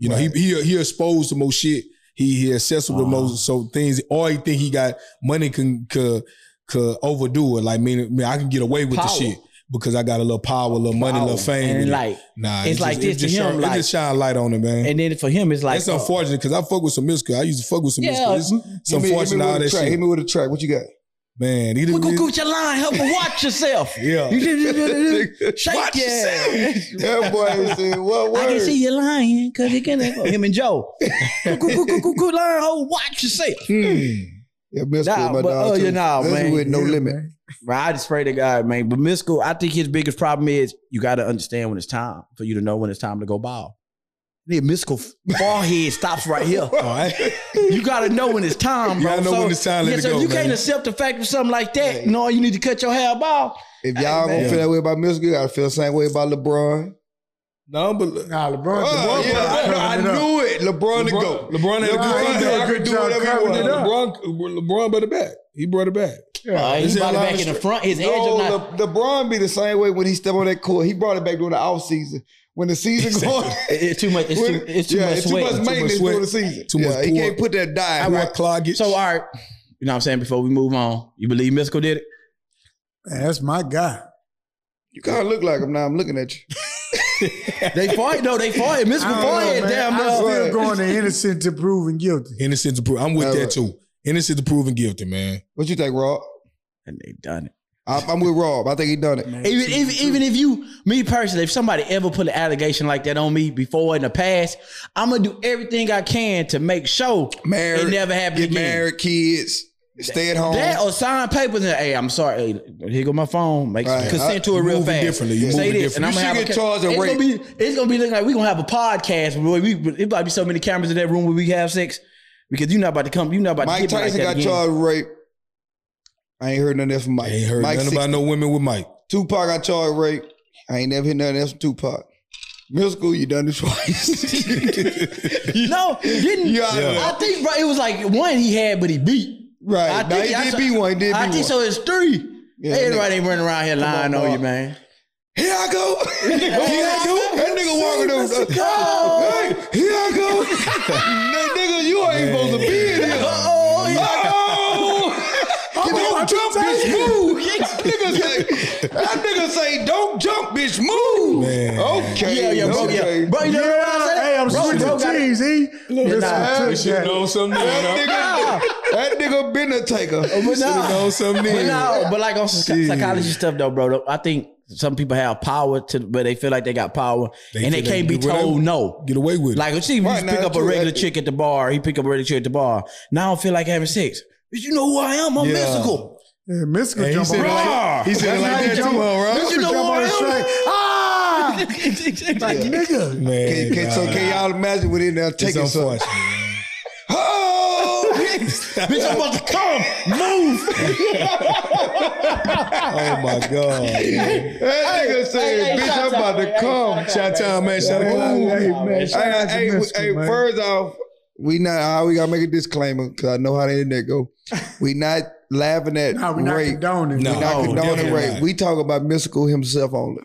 S2: You know, he he he exposed to more shit. He he accessible to
S3: Wow.
S2: most so things. Or he think he got money can could could overdo it. Like meaning, man, I can get away with the
S3: Power.
S2: shit because I got a little power, a little money, a little fame. with
S3: Oh, And
S2: it.
S3: like,
S2: nah,
S3: it's
S2: it just,
S3: like this
S2: it
S3: to
S2: just
S3: him,
S2: shine-
S3: like-
S2: it just shine light on it, man.
S3: and then for him, it's like
S2: That's
S3: uh,
S2: unfortunate because I fuck with some musical. I used to fuck with some
S3: Yeah,
S2: musical. It's, it's
S1: Hit me- hit me
S2: unfortunate
S1: with
S2: all
S1: a
S2: that
S1: track. Hit
S2: shit.
S1: me with a track. What you got?
S2: Man, either,
S3: Quick, quick, quick, your line. Help her watch yourself.
S2: Yeah.
S3: Shake
S2: Watch
S3: your ass.
S1: That boy said, "What word?"
S3: I can see you lying because it can him and Joe. Quick, quick, quick, quick, quick, line, ho, oh, watch yourself.
S2: Hmm.
S1: Yeah, miss with
S3: Nah,
S1: my
S3: but,
S1: dog
S3: uh,
S1: too.
S3: you know,
S1: Miss
S3: man.
S1: with no
S4: Yeah,
S1: limit.
S4: man.
S3: Bro, I just pray to God, man. But Misco, I think his biggest problem is you got to understand when it's time for you to know when it's time to go ball. Nigga, Mystical forehead stops right here.
S2: All right.
S3: You gotta know when it's time,
S2: You
S3: bro.
S2: gotta know
S3: So-
S2: when it's time to
S3: yeah,
S2: let it
S3: so
S2: go,
S3: you
S2: man.
S3: can't accept the fact of something like that. No, you need to cut your hair off.
S1: If y'all
S3: man.
S1: gonna feel that way about music, you gotta feel the same way about LeBron.
S2: No, but
S4: Nah,
S1: Oh,
S4: LeBron. LeBron
S1: yeah,
S4: probably
S1: I,
S4: covered it up.
S1: knew it. wait, LeBron, to go.
S2: LeBron had a good
S1: LeBron
S2: run.
S1: did a
S2: I could
S1: good
S2: do
S1: job
S2: whatever he
S1: covering
S2: wanted.
S1: it up.
S2: LeBron, LeBron brought it back. He brought it back.
S3: Uh, he
S1: Is it
S3: brought it
S1: a lot
S3: back
S1: of
S3: in the
S1: str-
S3: front. His edge is not.
S1: No, Le- LeBron be the same way when he step on that court. He brought it back during the offseason. When the season going,
S3: It- it's too much. It's too, it's too
S1: yeah,
S3: much
S1: it's too
S3: weight.
S1: much
S2: much
S1: maintenance during the
S2: sweat.
S1: season.
S2: Too much
S1: yeah, he
S2: pour.
S1: can't put that dye.
S2: I
S1: Right.
S2: want clog it.
S3: So all right, you know what I'm saying. Before we move on, you believe Mystical did it?
S4: Man, that's my guy.
S1: You kind of look like him now. I'm looking at you.
S3: They fought though. They fought. Mystical
S4: I don't know,
S3: fought.
S4: man.
S3: Damn.
S4: I'm
S3: uh,
S4: still going to innocent to proven guilty.
S2: innocent to prove. I'm with
S1: All
S2: that
S1: right.
S2: too. Innocent to proven guilty, man.
S1: What you think, Rob?
S3: And they done it.
S1: I, I'm with Rob. I think he done it.
S3: Even if, even if you, me personally, if somebody ever put an allegation like that on me before in the past, I'm gonna do everything I can to make sure
S1: Married,
S3: it never happened
S1: get
S3: again.
S1: married, kids, stay at home.
S3: That or sign papers and hey, I'm sorry. Hey, here go my phone. Make
S1: Right.
S3: consent to it
S2: You're
S3: real
S2: moving
S3: fast.
S2: differently. You're
S3: Say
S2: moving
S3: this, and
S2: differently.
S3: I'm
S1: You should
S3: gonna have
S1: get
S3: a ca-
S1: charged and
S3: it's gonna be it's gonna be looking like we gonna have a podcast where we it might be so many cameras in that room where we have sex because you're not about to come. You're not about
S1: Mike
S3: to get me like
S1: Tyson
S3: that
S1: got
S3: again.
S1: charged with rape. I ain't heard nothing else from
S2: I
S1: Mike.
S2: ain't heard
S1: Mike
S2: nothing
S1: six-
S2: about no women with Mike.
S1: Tupac got charged with rape. I ain't never heard nothing else from Tupac. Middle school, you done this twice.
S3: No, didn't.
S1: You outta
S2: Yeah.
S1: there.
S3: I think bro, it was like one he had, but he beat.
S1: Right.
S3: I
S1: now,
S3: think-
S1: he
S3: I
S1: did
S3: saw-
S1: beat one. He did
S3: I
S1: beat
S3: think
S1: one.
S3: so. It's three.
S1: Yeah,
S3: Hey,
S1: nigga.
S3: everybody ain't running around here lying on,
S1: on,
S3: you,
S1: Mark.
S3: man.
S1: Here I go. Here I go. That nigga walking over. Hey, here I go. That nigga, you ain't supposed to be in here.
S3: Oh, yeah.
S1: Oh! Don't jump, bitch, move. Niggas say, that nigga say, don't jump, bitch, move.
S2: Man.
S1: Okay.
S3: Yeah, yeah, bro,
S1: okay.
S3: yeah. Bro, you know what I'm saying?
S4: Hey, I'm
S3: Bro, bro
S4: switching
S3: got-
S4: teams, E. Listen,
S3: nah,
S4: took that.
S2: something.
S1: That nigga, that nigga been a taker.
S3: But no,
S2: know something.
S3: but
S2: nigga.
S3: no, but like on some psych- psychology stuff though, bro. I think some people have power to, but they feel like they got power
S2: They
S3: and they
S2: feel they
S3: can't be
S2: can do whatever.
S3: told no.
S2: Get away with it.
S3: Like, see, if you
S1: Right,
S3: just
S1: now
S3: pick
S1: that's
S3: up a
S1: too
S3: regular
S1: active.
S3: chick at the bar, he pick up a regular chick at the bar. Now I don't feel like having sex. But you know who I am? I'm
S2: Yeah.
S3: mystical.
S4: Yeah, Mystical
S2: And he
S4: jump
S2: said
S4: on
S2: it
S4: the
S2: like-
S4: train.
S2: he said it
S4: That's
S2: like
S4: how he
S2: that
S4: jump-
S2: too, huh, Rob?
S4: Mystical
S3: You know
S4: jump on
S3: who I
S4: the
S3: am?
S4: train. Ah! Like,
S3: Like,
S4: nigga.
S2: man.
S1: Can- can- so
S2: nah.
S1: can y'all imagine what in there
S2: it's
S1: taking some?
S2: unfortunate. man.
S1: Oh,
S3: Bitch, I'm about to come. Move.
S2: oh my god. man.
S1: that nigga said, "Bitch, I'm about to come."
S2: Shout out, man. Shout
S4: Hey,
S2: out.
S4: hey, man, shout
S1: Hey,
S4: out to
S1: hey,
S4: Mystical,
S1: hey,
S4: man.
S1: first off, we not. I we gotta make a disclaimer because I know how the internet go. We not laughing at
S4: Nah, we're not
S1: rape.
S4: condoning.
S2: No.
S1: we not
S2: Oh,
S1: condoning
S2: definitely
S1: rape.
S2: not.
S1: We talk about mystical himself only.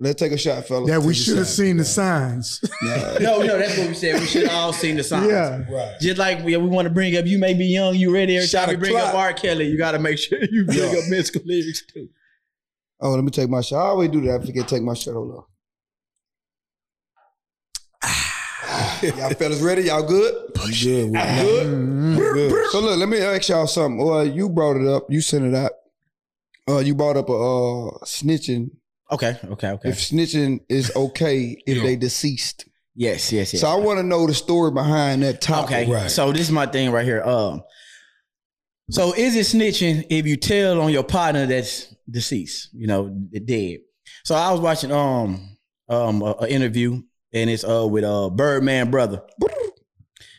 S1: Let's take a shot, fellas.
S4: That we
S2: Take a
S4: should have
S2: shot,
S4: seen
S2: yeah.
S4: the signs.
S3: No, no, that's what we said. We should have all seen the signs.
S4: Yeah.
S2: Right.
S3: Just like we, we want to bring up, you may be young, you ready. Every
S2: Shot
S3: time we
S2: a
S3: bring
S2: clock.
S3: up R. Kelly, you got to make sure you bring up mystical lyrics too.
S1: Oh, let me take my shot. I always do that. I forget to take my shot. Hold on. y'all fellas ready? Y'all good?
S2: Push. Good. We're
S1: Good.
S4: Mhm.
S2: good.
S1: So look, let me ask y'all something. Well, you brought it up. You sent it out. Uh, you brought up a uh, snitching.
S3: Okay, okay, okay.
S1: If snitching is okay if
S2: Yeah.
S1: they deceased.
S3: yes, yes, yes.
S1: So I want to know the story behind that topic.
S3: okay,
S2: Right.
S3: so this is my thing right here. Um, so is it snitching if you tell on your partner that's deceased, you know, d- dead? So I was watching um um an interview and it's uh with uh Birdman brother.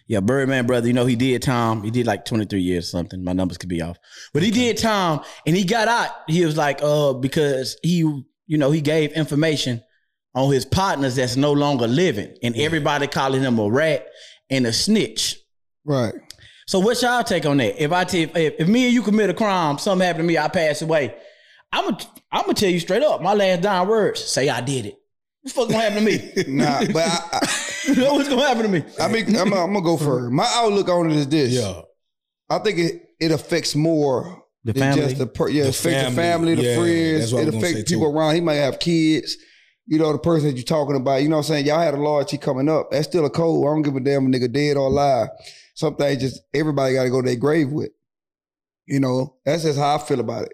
S3: Yeah, Birdman brother, you know he did time. He did like 23 years or something. My numbers could be off. But he did time and he got out. He was like uh because he you know, he gave information on his partners that's no longer living and everybody calling him a rat and a snitch.
S1: Right.
S3: So what's y'all take on that? If I t- if, if me and you commit a crime, something happened to me, I pass away. I'm gonna I'm gonna tell you straight up. My last dying words say I did it. What the fuck gonna happen to me?
S1: Nah, but I, I,
S3: you know what's gonna happen to me?
S1: I mean, I'm, I'm gonna go first. My outlook on it is this.
S2: Yeah.
S1: I think it, it affects more
S3: The
S1: than
S3: family?
S1: just the per- yeah,
S2: The
S1: it affects the
S2: family,
S1: family, the
S2: yeah, that's
S1: friends.
S2: what I
S1: It
S2: was gonna
S1: affects
S2: say,
S1: people
S2: too.
S1: around. He might have kids. You know, the person that you're talking about. You know what I'm saying? Y'all had a loyalty coming up. That's still a code. I don't give a damn if a nigga dead or alive. Some things just everybody got to go to their grave with. You know, that's just how I feel about it.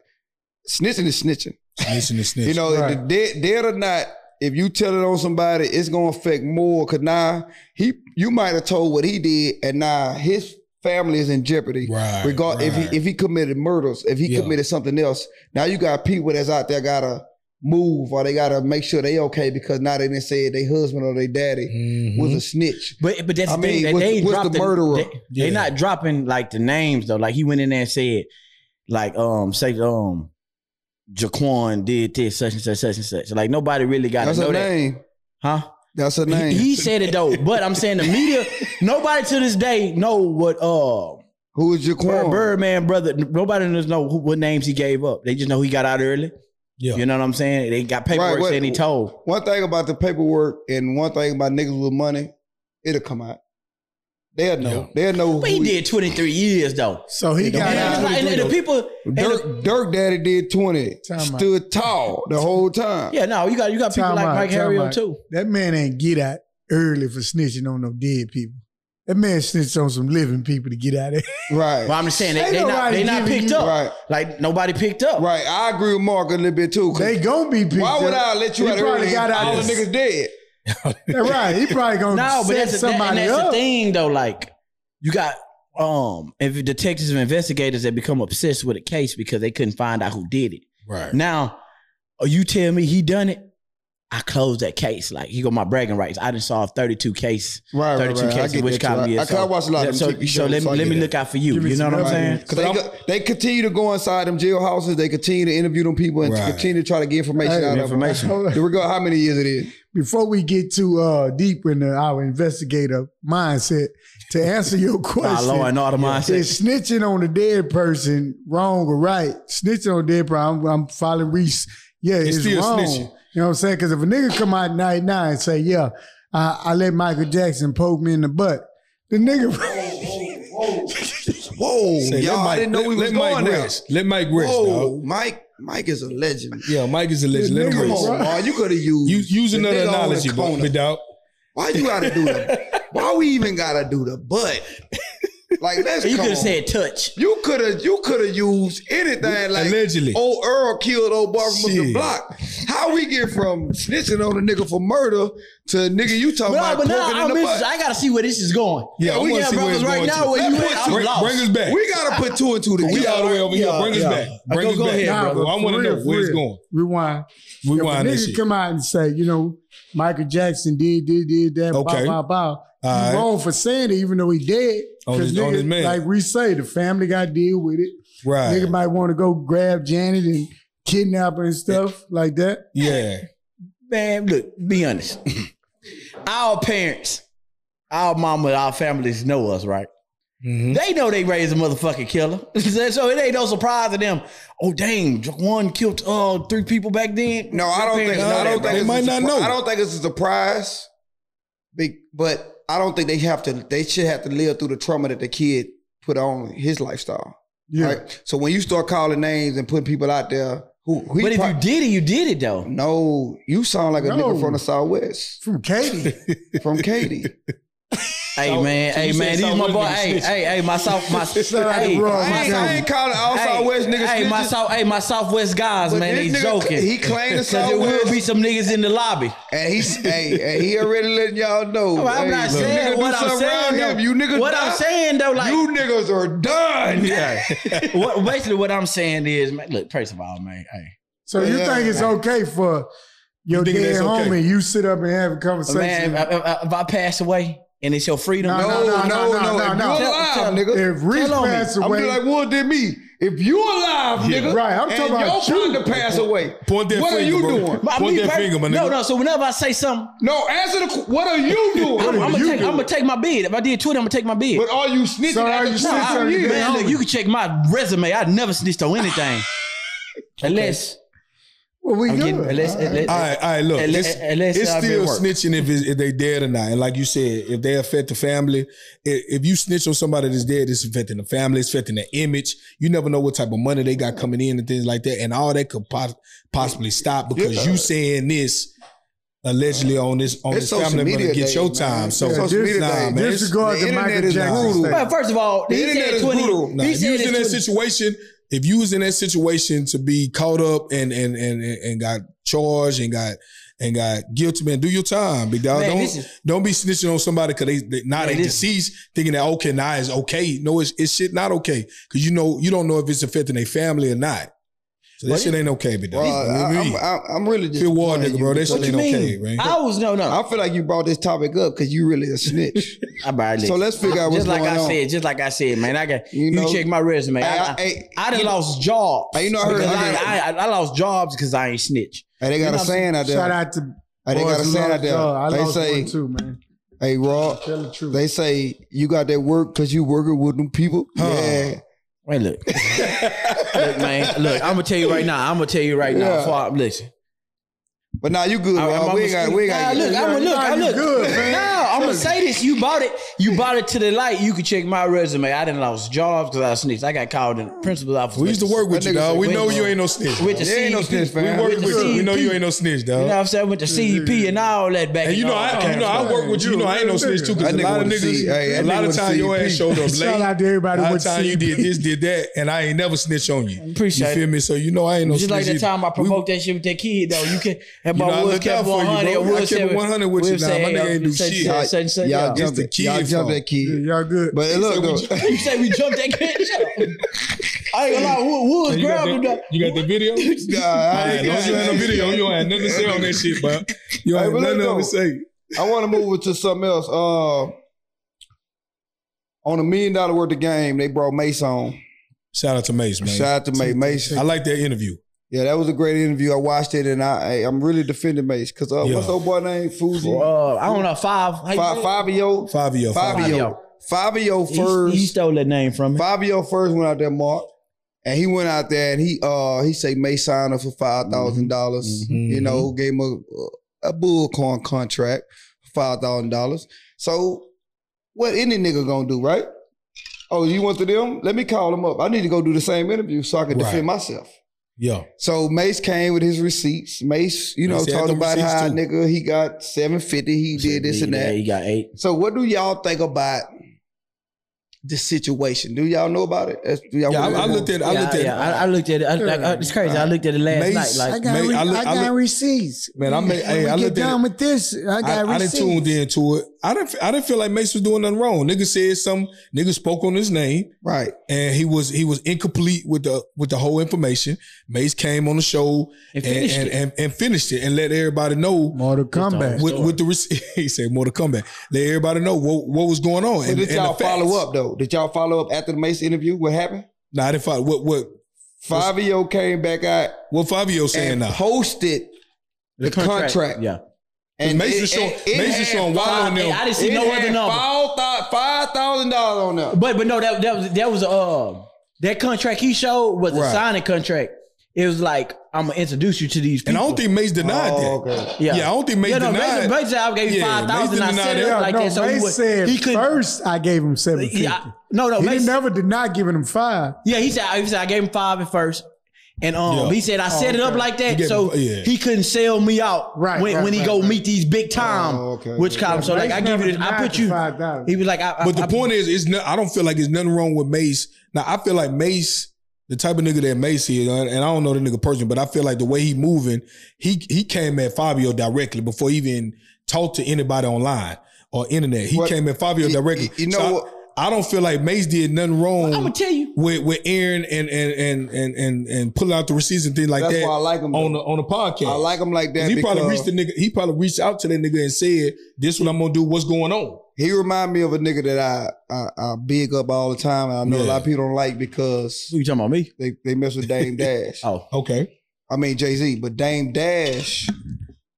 S1: Snitching is snitching.
S2: Snitching is snitching.
S1: You know,
S4: Right.
S1: the dead, dead or not, if you tell it on somebody, it's gonna affect more. Cause now he, you might have told what he did, and now his family is in jeopardy.
S2: Right,
S1: Regard if
S2: right.
S1: he if he committed murders, if he
S2: Yeah.
S1: committed something else, now you got people that's out there gotta move or they gotta make sure they okay because now they didn't say their husband or their daddy
S2: Mhm.
S3: Mm-hmm.
S1: was a snitch.
S3: But but that's
S1: I
S3: the thing
S1: mean,
S3: that
S1: what's-
S3: they
S1: what's
S3: dropped
S1: the murderer?
S3: They, they
S2: Yeah.
S3: not dropping like the names though. Like he went in there and said, like um say um Jaquan did this such and such such and such. Like nobody really got to
S1: That's
S3: know
S1: a
S3: that,
S1: name.
S3: huh?
S1: That's her name.
S3: He, he said it though, but I'm saying the media. Nobody to this day know what uh
S1: Who is
S3: Bird,
S1: Jaquan?
S3: Birdman brother. Nobody knows know who, what names he gave up. They just know he got out early.
S2: Yeah.
S3: You know what I'm saying? They got paperwork
S1: Right, what-
S3: saying he told.
S1: One thing about the paperwork and one thing about niggas with money, it'll come out. They'll know.
S2: Yeah.
S1: They'll know.
S3: But
S1: who
S3: he did 23 years though.
S4: So he
S2: It don't
S4: got
S3: And,
S4: out.
S3: it's like- and the people, and the-
S1: Dirk, Dirk Daddy did 20.
S4: Time out.
S1: stood tall the whole time.
S3: yeah, no, you got you got people
S4: Time
S3: like
S4: out,
S3: Mike
S4: time
S3: Harriel
S4: out.
S3: too.
S4: That man ain't get out early for snitching on no dead people. That man snitched on some living people to get out of
S1: Right.
S3: Well, I'm just saying they,
S4: Ain't
S3: they not
S4: nobody
S3: they not
S4: giving
S3: picked
S4: you-
S3: up.
S1: Right.
S3: Like nobody picked up.
S1: Right. I agree with Mark a little bit too. 'cause
S4: They gonna be picked
S1: why would I
S4: up.
S1: let you
S4: He
S1: out
S4: probably
S1: early?
S4: got
S1: and
S4: out
S1: all the
S4: of-
S1: niggas dead.
S4: right. He probably gonna
S3: No, but that's,
S4: set
S3: the- that, and
S4: somebody
S3: that's the
S4: up.
S3: thing though. Like you got um if detectives and investigators that become obsessed with a case because they couldn't find out who did it.
S2: Right.
S3: Now, oh, you tell me he done it. I closed that case. Like he got my bragging rights. I done solved 32 case,
S1: Right,
S3: 32 cases, which
S1: that,
S3: column
S1: too. I, I
S3: is.
S1: kinda watch a lot of
S3: so,
S1: them TV
S3: so
S1: shows.
S3: let,
S1: so I
S3: let
S1: get
S3: me
S1: that.
S3: look out for you.
S4: Give me
S3: You know
S4: some
S3: what I'm
S4: help.
S3: saying?
S1: 'Cause they, go- they continue to go inside them jailhouses. They continue to interview them people and to
S2: Right.
S1: continue to try to get information
S4: Hey,
S1: out
S4: information.
S1: of them. Here we go. How many years it is?
S4: Before we get too uh, deep in our investigator mindset, to answer your
S3: Nah,
S4: question,
S3: law and order mindset.
S4: is snitching on a dead person wrong or right? Snitching on a dead person, I'm, I'm following Reese. Yeah,
S2: It's
S4: it's,
S2: still
S4: wrong.
S2: snitching.
S4: You know what I'm saying? Because if a nigga come out night nine and say, "Yeah, I, I let Michael Jackson poke me in the butt," the nigga,
S1: Whoa,
S2: Say, let
S1: y'all! I
S2: Mike-
S1: didn't know
S2: let-
S1: we was
S2: let Mike
S1: going there.
S2: rest. Let Mike rest,
S1: Whoa,
S2: dog.
S1: Mike! Mike is a legend.
S2: Yeah, Mike is a legend. Let him
S4: Come
S1: Come
S2: rest.
S1: on,
S4: Right.
S1: man. You could have used.
S2: Use, use
S1: the
S2: another
S1: nigga on the
S2: analogy,
S1: corner.
S2: but dog.
S1: Why you gotta do the? Why we even gotta do the butt? Like let's.
S3: You
S1: come
S3: could have
S1: on.
S3: said touch.
S1: You could have. You could have used anything. Like
S2: Allegedly.
S1: old Earl killed old boy from the
S2: Shit.
S1: block. How we get from snitching on a nigga for murder to a nigga you talking
S3: But, nah,
S1: about
S3: but
S1: poking
S3: now
S1: in
S3: I'm
S1: the butt?
S3: interested. I gotta see where this is going.
S2: Yeah, I
S3: we
S2: wanna
S3: got
S2: see where
S3: brothers
S2: it's
S3: right
S2: going
S3: now
S2: to.
S3: where you
S1: That
S3: at.
S1: puts-
S3: I'm
S2: Bring,
S3: lost.
S2: bring us back.
S1: we gotta put two and two together.
S2: We all the way over
S3: yeah,
S2: here. Bring us
S3: yeah.
S2: back. Bring
S3: Go-
S2: us
S3: go
S2: back.
S3: ahead,
S4: Nah,
S2: bro. I
S4: but
S2: want
S4: for
S2: to know
S4: real,
S2: where it's
S4: for real.
S2: going.
S4: rewind.
S2: We
S4: If a
S2: wind this
S4: nigga
S2: shit.
S4: come out and say, you know, Michael Jackson did, did, did that,
S2: Okay.
S4: bow, bow, bow. You
S2: All right.
S4: wrong for saying it, even though he dead.
S2: On his-
S4: 'Cause
S2: on his man.
S4: Like we say, the family got to deal with it.
S2: Right.
S4: Nigga might want to go grab Janet and kidnap her and stuff like that.
S2: Yeah.
S3: Man, look, be honest. our parents, our mama, our families know us, right?
S2: Mhm.
S3: They know they raised a motherfucking killer. so it ain't no surprise to them. Oh, dang, one killed uh, three people back then.
S1: No, I don't think.
S3: Parents
S1: No,
S3: know
S1: I don't
S3: that,
S1: think
S2: They
S1: it's
S2: might
S1: a
S2: not
S1: surpri-
S2: know.
S1: I don't think it's a surprise. Be- But I don't think they have to. They should have to live through the trauma that the kid put on his lifestyle.
S4: Yeah.
S1: Right. So when you start calling names and putting people out there, who? who
S3: bro. But if
S1: pro-
S3: you did it, you did it though.
S1: no, you sound like a
S4: No.
S1: nigga from the Southwest,
S4: From Katie.
S1: from Katie.
S3: Hey
S2: So-
S3: man,
S2: so
S3: hey
S2: you
S3: man,
S2: said
S3: these my
S2: Southwest
S3: boy.
S2: niggas
S3: Hey,
S2: snitching.
S3: hey, hey, my south, my
S4: Shout out to
S3: hey,
S1: I,
S4: Rob.
S3: my
S1: ain't, I
S3: South-
S1: ain't calling all Southwest niggas.
S3: Hey, my
S1: snitches,
S3: south, hey, my Southwest guys,
S1: but
S3: man,
S1: this
S3: they
S1: nigga-
S3: joking.
S1: He claimed the
S3: Cause there will be
S1: Southwest,
S3: some niggas in the lobby.
S1: and he's hey, and he already letting y'all know.
S3: No, I'm
S1: hey,
S3: not
S1: if a nigga
S3: saying
S1: do
S3: what I'm
S1: something around
S3: saying.
S1: him,
S3: Though,
S1: you niggas
S3: what
S1: die.
S3: I'm saying though, like
S1: you niggas are done.
S3: yeah. what, basically, what I'm saying is, man, look, first of all, man, hey,
S4: So you
S1: Yeah.
S4: think it's okay for your
S2: think
S4: dead
S2: that's okay?
S4: homie, you sit up and have a conversation.
S3: man, if, if- if I pass away and it's your freedom,
S4: No,
S1: No, no, no, no.
S4: no,
S1: If
S4: no.
S1: you
S4: Tell-
S1: alive,
S3: tell-
S1: nigga.
S4: if Reese
S3: Tell on me.
S4: passed
S1: I'm gonna
S4: away,
S1: be like Wood did me. If you alive, nigga,
S4: Right, I'm
S1: and
S4: talking about
S1: your
S4: you.
S1: partner pass away.
S2: Point that
S1: What are
S2: finger,
S1: you
S2: bro.
S1: doing?
S3: But I
S2: Point
S3: mean,
S2: that
S3: per-
S2: finger, my
S3: No,
S2: nigga.
S3: no. So whenever I say something,
S1: No, answer the. qu- What are you
S3: I'm,
S1: doing?
S3: I'm gonna
S4: you
S3: take,
S4: do?
S3: I'm gonna take my bid. If I did Twitter, I'm gonna take my bid.
S1: but are you snitching?
S4: So are
S1: after
S4: you
S1: twenty
S4: snitching
S3: I-
S4: on your
S1: years?
S4: dead
S3: man, look,
S4: homie?
S3: you can check my resume. I never snitched on anything, unless
S4: well, we
S3: I'm
S4: good.
S3: getting, unless, unless,
S2: All right, all right. Look,
S3: Unless-
S2: it's,
S3: unless
S2: it's
S3: I've
S2: still
S3: been working.
S2: snitching if, it's, if they dead or not. And like you said, if they affect the family, if, if you snitch on somebody that's dead, it's affecting the family, it's affecting the image. You never know what type of money they got coming in and things like that. And all that could pos- possibly stop because you saying this allegedly on this on
S1: It's
S2: this
S1: social
S2: family
S1: media
S2: gonna get
S1: day,
S2: your
S1: man.
S2: time.
S1: It's
S2: So
S1: social media
S2: nah,
S1: day.
S2: man, it's-
S4: Disregard
S1: the
S4: the
S1: internet
S4: Michael
S1: is
S4: Jackson.
S1: brutal.
S4: thing.
S3: Well, first of all,
S1: The
S3: he
S1: internet
S3: said
S1: is
S3: twenty.
S1: brutal.
S2: Nah,
S3: he
S2: if you
S3: said
S2: was
S3: it's
S2: in that
S3: 20
S2: situation, if you was in that situation to be caught up and and and and, and got charged and got and got guilty, man, do your time, big dog.
S3: Man,
S2: don't
S3: this is-
S2: don't be snitching on somebody because they, they now
S3: Man,
S2: they
S3: this-
S2: deceased, thinking that okay now it's okay. No, it's it's shit not okay because you know you don't know if it's affecting their family or not. So that
S3: What
S2: shit ain't okay, big dog.
S1: Well, I, I'm, I'm, I'm really just.
S2: Feel water,
S1: playing
S2: nigga, bro.
S1: you
S2: That shit
S1: because-
S2: ain't okay, man.
S3: I was no, no.
S1: I feel like you brought this topic up because you really a snitch.
S3: I barely.
S1: so let's figure out what's
S3: just like
S1: going
S3: I
S1: on.
S3: said, just like I said, man. I got
S1: You
S3: you,
S1: know-
S3: check my resume. I, I,
S1: Hey, hey,
S3: I done
S1: you know-
S3: lost jobs.
S1: Hey, you know, I heard-
S3: because
S1: I heard-
S3: I, I, I lost jobs because I ain't snitch.
S1: Hey, they got
S3: You know
S1: a
S3: what I'm
S1: saying out there.
S4: Shout out to
S1: Hey, they got a
S4: Boys,
S1: sign out
S4: lost- uh, I
S1: there. They
S4: lost one
S1: say,
S4: too, man.
S1: "Hey, Rob,
S4: Tell the truth.
S1: They say you got that work because you working with them people.
S2: Huh.
S1: Yeah,
S3: Wait, look. look, man. Look, I'm gonna tell you right now. I'm gonna tell you right now.
S1: Yeah.
S3: Before I, listen.
S1: but now you good.
S3: I-
S1: Rob.
S3: I'm-
S1: we
S3: I'm
S1: ain't got.
S3: gonna-
S1: We ain't got.
S3: Nah, look, I'm gonna look.
S4: Nah,
S3: I
S4: you
S3: look.
S4: good, man.
S3: Nah, I'm gonna say this. You bought it. You bought it to the light. You could check my resume. I didn't lost jobs because I snitched. I got called in the principal's office.
S2: We used to work with
S1: That
S2: you,
S1: nigga
S2: dog.
S1: said
S2: We
S3: wait,
S2: know
S3: bro.
S2: you ain't no snitch.
S3: With the
S1: There ain't no
S3: CP.
S1: snitch,
S2: We
S1: fam.
S2: work
S3: with
S2: with
S3: the
S2: you. We know you
S3: CP.
S2: ain't no snitch,
S3: E You know what
S2: dog.
S3: I'm saying? With the CP E and all that back.
S2: And you know,
S3: all
S2: I,
S3: that
S2: you know, I
S3: stuff.
S2: work with you. You know, I ain't no snitch too,
S1: That
S2: because a
S1: Oh, nigga
S2: lot of
S1: wanna see- hey,
S2: niggas, a
S1: that
S2: lot
S1: nigga
S2: of
S1: wanna
S2: time your
S1: see
S2: ass
S1: EP.
S2: showed up
S4: Shout
S2: late.
S4: out to everybody
S2: By the
S4: with
S2: time you
S4: CP.
S2: did this, did that, and I ain't never snitch on you.
S3: Appreciate
S2: you
S3: it.
S2: feel me? So you know I ain't no
S3: Just like
S2: snitch.
S3: that
S2: either.
S3: time I
S2: We-
S3: provoked that shit with that kid though. You can that
S2: You know, I
S3: boy Woods
S2: looked out
S3: kept
S2: for you, bro.
S3: 100.
S2: I
S3: Woods
S2: kept
S3: said-
S2: 100 with you.
S3: Woods
S2: Nah,
S3: said,
S2: my nigga
S3: uh,
S2: ain't do
S3: said-
S2: shit.
S3: said- said-
S1: Y'all,
S3: said-
S1: y'all
S3: yeah.
S1: jumped
S2: the
S1: that.
S2: kid
S1: Y'all jumped
S2: fault.
S1: that kid.
S4: Yeah, y'all good.
S1: But look,
S2: So we
S1: though,
S3: You say we jumped that kid? Shut up. I ain't gonna lie. Wo- Woods
S2: And you, got
S3: grabbed him. though.
S2: that, you got that video?
S1: nah,
S2: I
S1: I,
S2: ain't no- you ain't no video. You ain't nothing to say on that shit, bro. You
S1: Hey,
S2: ain't
S1: but let
S2: nothing
S1: it go.
S2: to say.
S1: I want to move it to something else. Uh, on a million dollar worth of game, they brought Mace on.
S2: Shout out to Mace, man.
S1: Shout out to Mace. Mace,
S2: I like that interview.
S1: yeah, that was a great interview. I watched it, and I, I I'm really defending Mace because uh,
S2: Yeah.
S1: what's the old boy name? Fuzi,
S3: Uh, I don't know five. How you
S1: Fa-
S3: say it?
S1: Fabio,
S2: Fabio.
S1: Fabio, Fabio
S3: He- He,
S1: first.
S3: stole that name from me.
S1: Fabio first went out there, Mark, and he went out there and he uh he say May signed up for five dollars.
S2: Mhm.
S1: You know, gave him a a bullcorn contract for five thousand dollars. So what any nigga gonna do, right? Oh, you went to them? Let me call them up. I need to go do the same interview so I can
S2: Right.
S1: defend myself.
S2: Yeah.
S1: So Mace came with his receipts. Mace, you know,
S2: Mace had
S1: talked
S2: them
S1: about
S2: receipts
S1: how
S2: too.
S1: nigga he got seven fifty. He did this and that.
S3: He got eight.
S1: So what do y'all think about this situation? Do y'all know about it? That's- do y'all
S2: Yeah, I, I looked at. I
S3: yeah,
S2: looked at.
S3: yeah, I, I looked at it. I, like, I, it's crazy. I looked at it last
S2: Mace-
S3: night.
S4: I
S3: Like,
S4: got,
S2: Man,
S4: re-
S2: I
S4: I
S2: look- I
S4: got
S2: look-
S4: receipts.
S2: Man, I may-
S4: When
S2: hey,
S4: we
S2: I
S4: get
S2: looked at
S4: done
S2: it.
S4: with this. I
S2: I,
S4: got
S2: I didn't
S4: receipts.
S2: tune into it. I didn't. I didn't feel like Mace was doing nothing wrong. Nigga said something. Nigga spoke on his name,
S1: right.
S2: and he was he was incomplete with the with the whole information. Mace came on the show
S3: and
S2: and
S3: finished
S2: and,
S3: it.
S2: and, and finished it and let everybody know
S4: Mortal Kombat.
S2: with, with the rece- he said more to come back. Let everybody know what what was going on.
S1: But did y'all follow up though? Did y'all follow up after the Mace interview? What happened?
S2: No, nah, I didn't follow. What what
S1: Fabio came back out
S2: what Fabio saying
S1: and
S2: now?
S1: posted the, contract.
S3: Yeah.
S1: And
S2: Mace is showing- Mace is showing wild on them.
S3: I didn't see no other number.
S1: Five thousand dollars on there.
S3: But but no, that that was that was uh that contract he showed was a
S2: Right.
S3: signing contract. It was like I'm gonna introduce you to these people.
S2: And I don't think Mace denied that.
S1: Oh, okay.
S2: Yeah. I don't think Mace
S3: yeah, no,
S2: denied.
S3: Mason, Mason, I gave you
S2: Yeah,
S3: five thousand. I
S2: Mason
S3: set
S2: denied that.
S3: it up
S4: Yeah,
S3: like
S4: no,
S3: that. So he
S4: Mace
S3: would,
S4: said
S3: he could.
S4: first oh, I gave him seven fifty.
S3: yeah, I- no, no,
S4: he
S3: Mason,
S4: never did not give him five.
S3: yeah, he said. He said I gave him five at first, and um,
S2: Yeah.
S3: he said I set it up
S4: Oh, okay.
S3: like that,
S2: You get-
S3: so
S2: yeah.
S3: he couldn't sell me out.
S4: Right,
S3: when,
S4: right,
S3: when he
S4: right,
S3: go
S4: right.
S3: meet these big time,
S1: Oh, okay.
S3: which column? So like I give you
S4: Mace never
S3: this, I
S4: denied
S3: put
S4: the
S3: you.
S4: five dollars.
S3: He was like, I, I,
S2: But the
S3: I-
S2: point is, it's not, I don't feel like it's nothing wrong with Mace. Now I feel like Mace, the type of nigga that Mace is, and and I don't know the nigga person, but I feel like the way he moving, he he came at Fabio directly before he even talked to anybody online or internet. He
S1: Well,
S2: came at Fabio
S1: you-
S2: directly.
S1: you know
S2: So I-
S1: what-
S2: I, don't feel like Mace did nothing wrong.
S3: I'm gonna tell you.
S2: with, with Aaron and and and and and and pulling out the receipts and things like
S1: That's
S2: that
S1: why I like him.
S2: on the
S1: though.
S2: on the podcast.
S1: I like him like that.
S2: he probably
S1: because-
S2: reached the nigga. He probably reached out to that nigga and said, "This what I'm gonna do. What's going on?"
S1: He remind me of a nigga that I I, I big up all the time, and I know a
S2: Yeah.
S1: lot of people don't like because
S3: Who you talking about me?
S1: they, they mess with Dame Dash.
S3: Oh,
S2: Okay,
S1: I mean Jay Z, but Dame Dash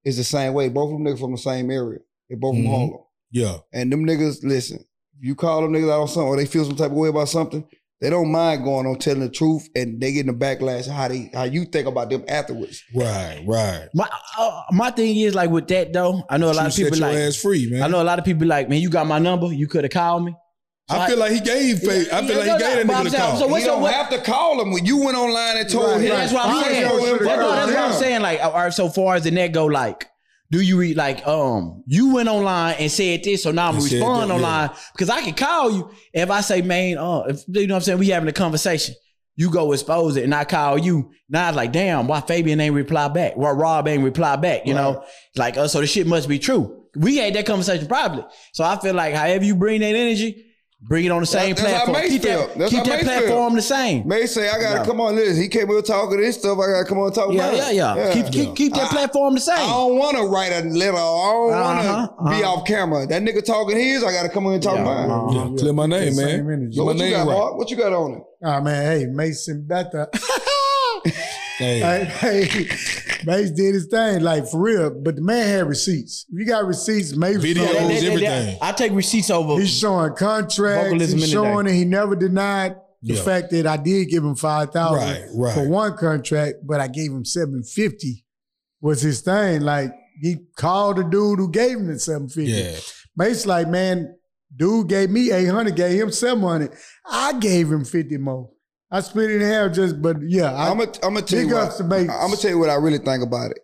S1: is the same way. Both of them niggas from the same area. They both
S2: Mhm.
S3: Mm-hmm.
S1: from Harlem,
S2: yeah,
S1: and them niggas listen. If you call them niggas out on something, or they feel some type of way about something, they don't mind going on telling the truth, and they getting the backlash of how they how you think about them afterwards.
S2: right, right.
S3: my uh, my thing is like with that though. I know a lot of
S2: You
S3: people
S2: set
S3: like.
S2: your ass free, man.
S3: I know a lot of people like, man, you got my number. You could have called me.
S2: I feel like he gave. Faith. I feel
S3: Yeah,
S2: like he
S3: no,
S2: gave that
S3: but I'm
S2: nigga the
S3: saying-
S2: call.
S3: so
S1: You
S3: What's your-
S1: don't
S3: what-
S1: have to call them when you went online and told
S4: Right,
S1: him.
S4: right.
S3: That's what I'm
S4: Right.
S3: saying.
S4: Right.
S3: That's, no, that's what I'm
S1: Yeah.
S3: saying. Like, all right, so far as the net go, like, do you read like um you went online and said this, so now I'm
S2: And said
S3: responding
S2: that, yeah.
S3: online because I can call you if I say, man, uh, if, you know what I'm saying, we having a conversation. You go expose it, and I call you. Now it's like, damn, why Fabian ain't reply back? Why Rob ain't reply back? You know, like, uh, so the shit must be true. We had that conversation privately, so I feel like however you bring that energy, bring it on the same
S1: that's how
S3: platform.
S1: Mace
S3: keep
S1: felt.
S3: that,
S1: That's
S3: keep
S1: how
S3: that
S1: Mace felt.
S3: platform the same.
S1: May say, I gotta
S3: No.
S1: come on this. He came here talking this stuff. I gotta come on and talk
S3: Yeah,
S1: about
S3: yeah,
S1: it.
S3: yeah. Keep, keep keep that
S1: I-
S3: platform the same.
S1: I don't want to write a letter. I don't want to
S3: Uh-huh,
S1: be
S3: uh-huh.
S1: off camera. That nigga talking his, I gotta come in and talk
S3: Yeah,
S1: mine.
S3: uh-huh.
S2: Yeah, Clear my name,
S4: Same
S2: man.
S4: energy.
S2: Get
S1: So
S2: my
S1: what you got,
S2: name right.
S1: Mark? What you got on it?
S4: Ah man, hey Mason Beta.
S2: Hey,
S4: hey, hey, Mace did his thing, like for real. But the man had receipts. If you got receipts, Mace was
S2: Video.
S4: showing-
S2: Owns everything.
S3: I take receipts over.
S4: He's showing contracts.
S3: Vocalism
S4: He's
S3: in the
S4: showing
S3: day.
S4: that he never denied the
S2: Yeah.
S4: fact that I did give him five thousand
S2: Right, right.
S4: for one contract, but I gave him seven fifty. Was his thing like he called the dude who gave him the seven fifty?
S2: yeah.
S4: Mace like, man, dude gave me 800, gave him 700. I gave him 50 more. I split it in half just, but yeah, I,
S1: I'm gonna I'm gonna tell
S4: big
S1: you
S4: ups
S1: what,
S4: to Mace.
S1: I'm gonna tell you what I really think about it.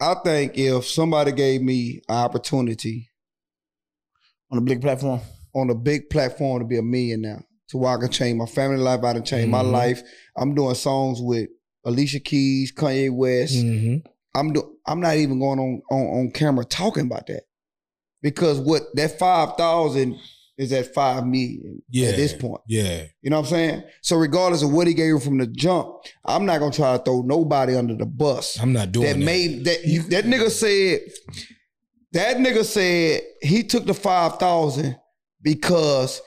S1: I think if somebody gave me an opportunity
S3: on a big platform.
S1: on a big platform to be a millionaire, to where I can change my family life, I can change my
S2: Mhm.
S1: life. I'm doing songs with Alicia Keys, Kanye West.
S2: Mm-hmm.
S1: I'm do, I'm not even going on, on on camera talking about that because what that five thousand is at five million
S2: Yeah.
S1: at this point.
S2: Yeah.
S1: You know what I'm saying? So regardless of what he gave you from the jump, I'm not gonna try to throw nobody under the bus.
S2: I'm not doing
S1: That
S2: that.
S1: made that you, that nigga said that nigga said he took the five thousand because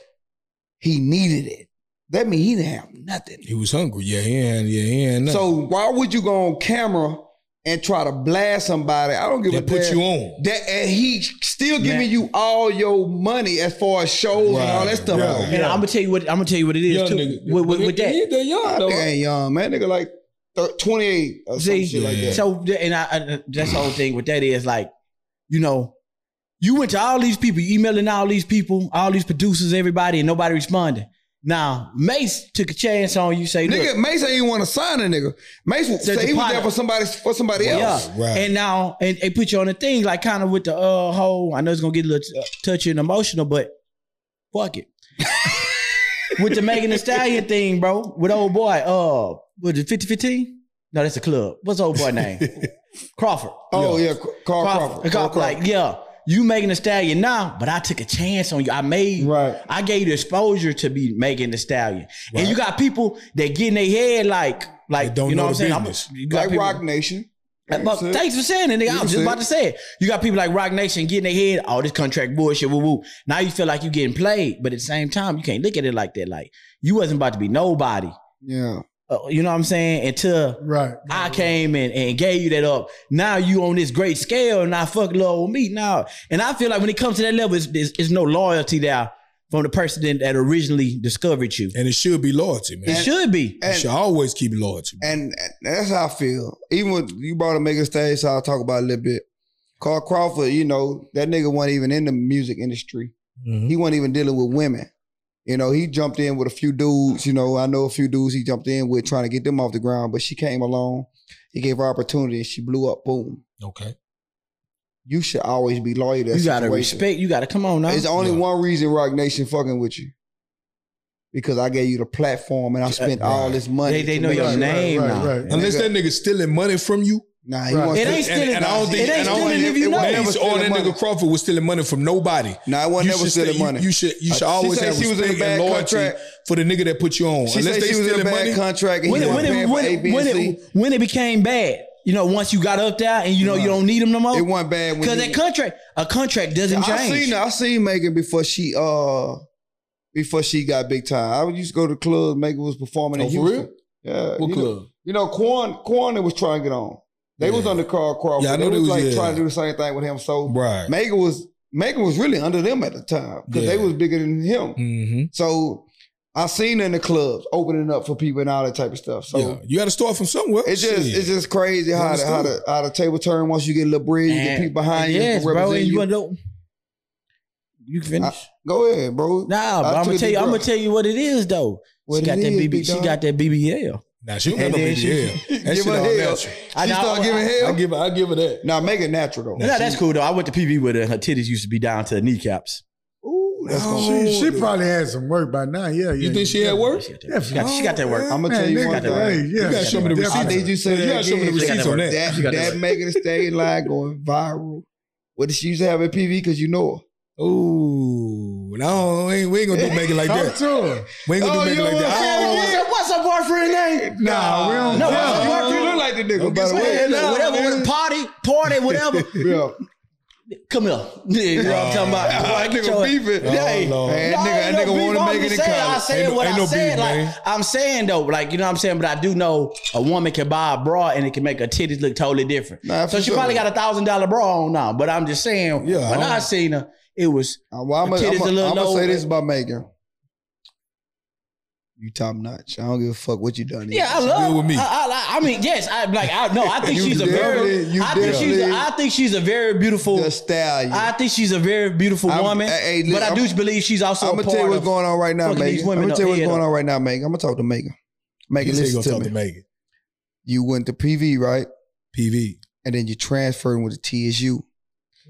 S1: he needed it. That means he didn't have nothing.
S2: he was hungry. Yeah, he ain't, yeah, he ain't nothing.
S1: So why would you go on camera and try to blast somebody? I don't give a
S2: that put
S1: damn.
S2: you on.
S1: That and he still giving
S3: Man.
S1: you all your money as far as shows and all that stuff.
S2: Right,
S1: go.
S2: right.
S3: And I'm gonna tell you what I'm gonna tell you what it is
S2: Young
S3: too.
S2: nigga.
S3: With, with, with that,
S2: He- they young,
S1: I
S2: though.
S1: think I ain't young man, nigga like thir- 28 or some
S3: See?
S1: shit like
S2: Yeah.
S1: that.
S3: So th- and I, I that's the whole thing with that is like, you know, you went to all these people, you emailing all these people, all these producers, everybody, and nobody responded. Now Mace took a chance on you, say, look,
S1: Nigga, Mace ain't want to sign a nigga. Mace w-
S3: Said
S1: said he
S3: the
S1: was there
S3: pilot.
S1: for somebody for somebody else.
S3: yeah,
S2: Right.
S3: and now and they put you on a thing like kind of with the uh whole. I know it's gonna get a little t- uh, touchy and emotional, but fuck it. with the Megan Thee Stallion thing, bro, with old boy, uh, was it fifty fifteen? No, that's a club. What's old boy name? Crawford.
S1: Oh yeah, Carl Crawford.
S3: Crawford.
S1: Carl
S3: Crawford, Like, yeah, you making the stallion now, but I took a chance on you. I made,
S1: Right.
S3: I gave you exposure to be making the stallion.
S2: Right.
S3: And you got people that get in their head like, like,
S2: That don't
S3: you know,
S2: know
S3: what I'm
S2: the
S3: saying? I'm-
S2: business.
S3: you got
S1: Like
S3: people-
S1: Rock Nation.
S3: Like, but
S1: That's it.
S3: thanks for saying it, nigga.
S1: You
S3: I was
S1: said
S3: just
S1: it.
S3: about to say it. You got people like Rock Nation getting their head, all this contract bullshit, woo woo. Now you feel like you getting played, but at the same time, you can't look at it like that. Like, you wasn't about to be nobody.
S1: Yeah.
S3: Uh, you know what I'm saying? Until
S4: right.
S3: I came in and gave you that up. Now you on this great scale, and I fuck love with me now. And I feel like when it comes to that level, it's, it's, it's no loyalty there from the person that, that originally discovered you.
S2: and it should be loyalty, man.
S3: It should be.
S2: you
S1: And,
S2: should always keep loyalty.
S1: and that's how I feel. Even with you brought a mega stage, so I'll talk about it a little bit. Carl Crawford, you know, that nigga wasn't even in the music industry.
S2: Mhm.
S3: Mm-hmm.
S1: he wasn't even dealing with women. You know, he jumped in with a few dudes. You know, I know a few dudes he jumped in with trying to get them off the ground, but she came along. He gave her opportunity and she blew up. Boom.
S2: Okay.
S1: You should always be loyal to that
S3: You gotta
S1: situation.
S3: respect. You gotta come on now.
S1: It's only
S2: Yeah.
S1: one reason Rock Nation fucking with you. Because I gave you the platform and I spent all this money.
S3: They- they
S1: to
S3: know
S1: make
S3: your
S1: you-
S3: name
S4: right,
S3: now.
S4: Right,
S2: Unless that nigga stealing money from you,
S1: Nah, he
S4: Right.
S1: wants
S3: It
S1: to-
S3: ain't
S2: and-
S3: stealing.
S2: and I don't think-
S3: it ain't
S2: and I don't
S3: stealing
S1: think-
S3: if you
S1: it
S3: know.
S1: wasn't-
S3: it.
S1: never
S2: Mace or
S1: stealing
S2: that
S1: money.
S2: nigga Crawford was stealing money from nobody.
S1: Nah, I
S2: You
S1: wasn't never
S2: should stay-
S1: stealing
S2: you-
S1: money.
S2: You, should you should
S1: Uh, she
S2: always
S1: said
S2: have
S1: she was in a
S2: respect
S1: bad
S2: and loyalty
S1: contract.
S2: for the nigga that put you on.
S1: She
S2: Unless
S1: said
S2: they
S1: she was in a
S2: stealing
S1: bad
S2: money,
S1: contract and
S3: When
S1: he
S3: it, when,
S1: wasn't
S3: it,
S1: paying for
S3: when,
S1: A,
S3: it,
S1: B, and
S3: when,
S1: C.
S3: it, when it became bad, you know, once you got up there and you know you don't need them no
S2: oh,
S3: more,
S1: It wasn't bad when
S3: because
S1: you-
S3: that contract, a contract doesn't
S1: I
S3: change.
S1: seen I seen Megan before she uh before she got big time. I used to go to clubs. Megan was performing
S2: Oh,
S1: in
S2: for
S1: Houston.
S2: real?
S1: Yeah,
S2: What
S1: you Know,
S2: club?
S1: you know, Quan Quan was trying to get on. They was
S2: Yeah.
S1: under Carl Crawford.
S2: Yeah, I know
S1: they
S2: they
S1: was
S2: was-
S1: like
S2: yeah.
S1: trying to do the same thing with him. So
S2: Right.
S1: Megan was Megan was really under them at the time because they
S2: Yeah.
S1: was bigger than him.
S2: Mm-hmm.
S1: So I seen her in the clubs opening up for people and all that type of stuff. So.
S2: yeah. You got to start from somewhere.
S1: It's just
S2: Shit.
S1: it's just crazy how the, how the how the table turn once you get a little bread, you get
S3: And-
S1: people behind you.
S3: yes,
S1: who
S3: bro.
S1: represent
S3: And you,
S1: you.
S3: wanna know- you can finish.
S1: Go ahead, bro.
S3: Nah,
S1: I
S3: but I'm
S1: took
S3: gonna
S1: it
S3: tell you,
S1: to
S3: I'm gonna
S1: Brooke.
S3: tell you what it is though.
S1: What
S3: she got
S1: it
S3: that
S1: is,
S3: BB,
S1: big
S3: she
S1: dog.
S3: got that BBL.
S2: Now she don't
S3: And
S2: got no
S3: then
S2: big
S3: she-
S2: hell. That
S1: Give
S2: shit
S1: her
S2: all
S1: hell.
S2: natural.
S3: I
S1: She
S3: know,
S1: start giving
S3: I-
S1: hell.
S2: I give her, I give her that.
S1: Now make it natural though.
S3: No, that's cool though. I went to PB with her. Her titties used to be down to her kneecaps.
S1: Ooh, that's
S2: Oh,
S1: gonna
S4: She, she probably had some work by now. Yeah, yeah.
S2: You think she
S4: yeah.
S2: had work?
S3: She got that, she got, she got that work.
S1: I'm gonna tell you one
S4: nigga,
S1: thing.
S4: hey, yeah.
S2: You got to show me the
S4: Definitely.
S1: I
S2: receipts.
S1: need you to say
S2: You
S1: that
S2: gotta show me the
S1: again.
S2: receipts on that.
S1: That
S3: She got that
S1: that
S3: work.
S1: making the stage line going viral. What did she used to have at PV? Cause you know her.
S2: Ooh, no, we ain't, we ain't gonna do make it like
S4: Talk
S2: that.
S4: to her.
S2: We ain't gonna
S1: Oh,
S2: do make it
S1: you
S2: like
S1: want
S2: that. Ah, I
S1: to
S2: don't-
S1: hear it
S3: what's her boyfriend name?
S4: Nah, we don't.
S3: No,
S4: tell
S3: I
S4: her.
S3: don't
S1: you look like the nigga.
S2: Don't
S1: By
S2: get
S1: the way,
S2: scared.
S3: Look,
S2: No,
S3: whatever,
S2: man.
S3: party, party, whatever.
S1: yeah.
S3: Come here. You know what I'm talking about? Boy, get your-
S1: beefing.
S3: Hey,
S2: Lord.
S1: Man,
S3: No,
S1: nigga,
S3: ain't
S1: that
S3: no beef.
S1: nigga
S3: I'm
S1: want to make it
S3: just
S1: in
S3: saying, I
S1: college.
S3: said
S2: Ain't no-
S3: what
S2: ain't
S3: I
S2: no
S3: said.
S2: beef,
S3: like,
S2: man.
S3: I'm saying though, like you know what I'm saying, but I do know a woman can buy a bra and it can make her titties look totally different.
S1: Nah,
S3: so
S1: for
S3: she probably
S1: sure.
S3: got a thousand dollar bra on now. But I'm just saying,
S2: Yeah,
S3: when
S2: I-
S3: I seen her, it was
S1: Uh, well, I'm
S3: The titties a little
S1: going to
S3: lower.
S1: say this about Megan. You top notch. I don't give a fuck what you done.
S3: yeah, I
S1: either.
S3: love.
S2: good with me.
S3: I, I, I mean, yes, I like. I no, I think
S1: You
S3: she's a very.
S1: definitely- you
S3: I think she's. A,
S1: definitely
S3: I think she's a very beautiful.
S1: The stallion.
S3: I think she's a very beautiful
S1: I'm-
S3: woman.
S1: hey, hey,
S3: but I
S1: look,
S3: do believe she's also.
S1: I'm
S3: a
S1: gonna
S3: part
S1: tell you what's
S3: of-
S1: going on right now,
S3: fucking these
S1: Megan. I'm
S3: women
S1: gonna
S3: up
S1: tell you what's
S3: here,
S1: going
S3: though.
S1: on right now, Megan. I'm gonna talk to Megan.
S2: He
S1: Megan,
S2: said he
S1: listen
S2: gonna
S1: to
S2: talk
S1: me.
S2: to Megan.
S1: You went to PV, right?
S2: PV.
S1: And then you transferred with the TSU.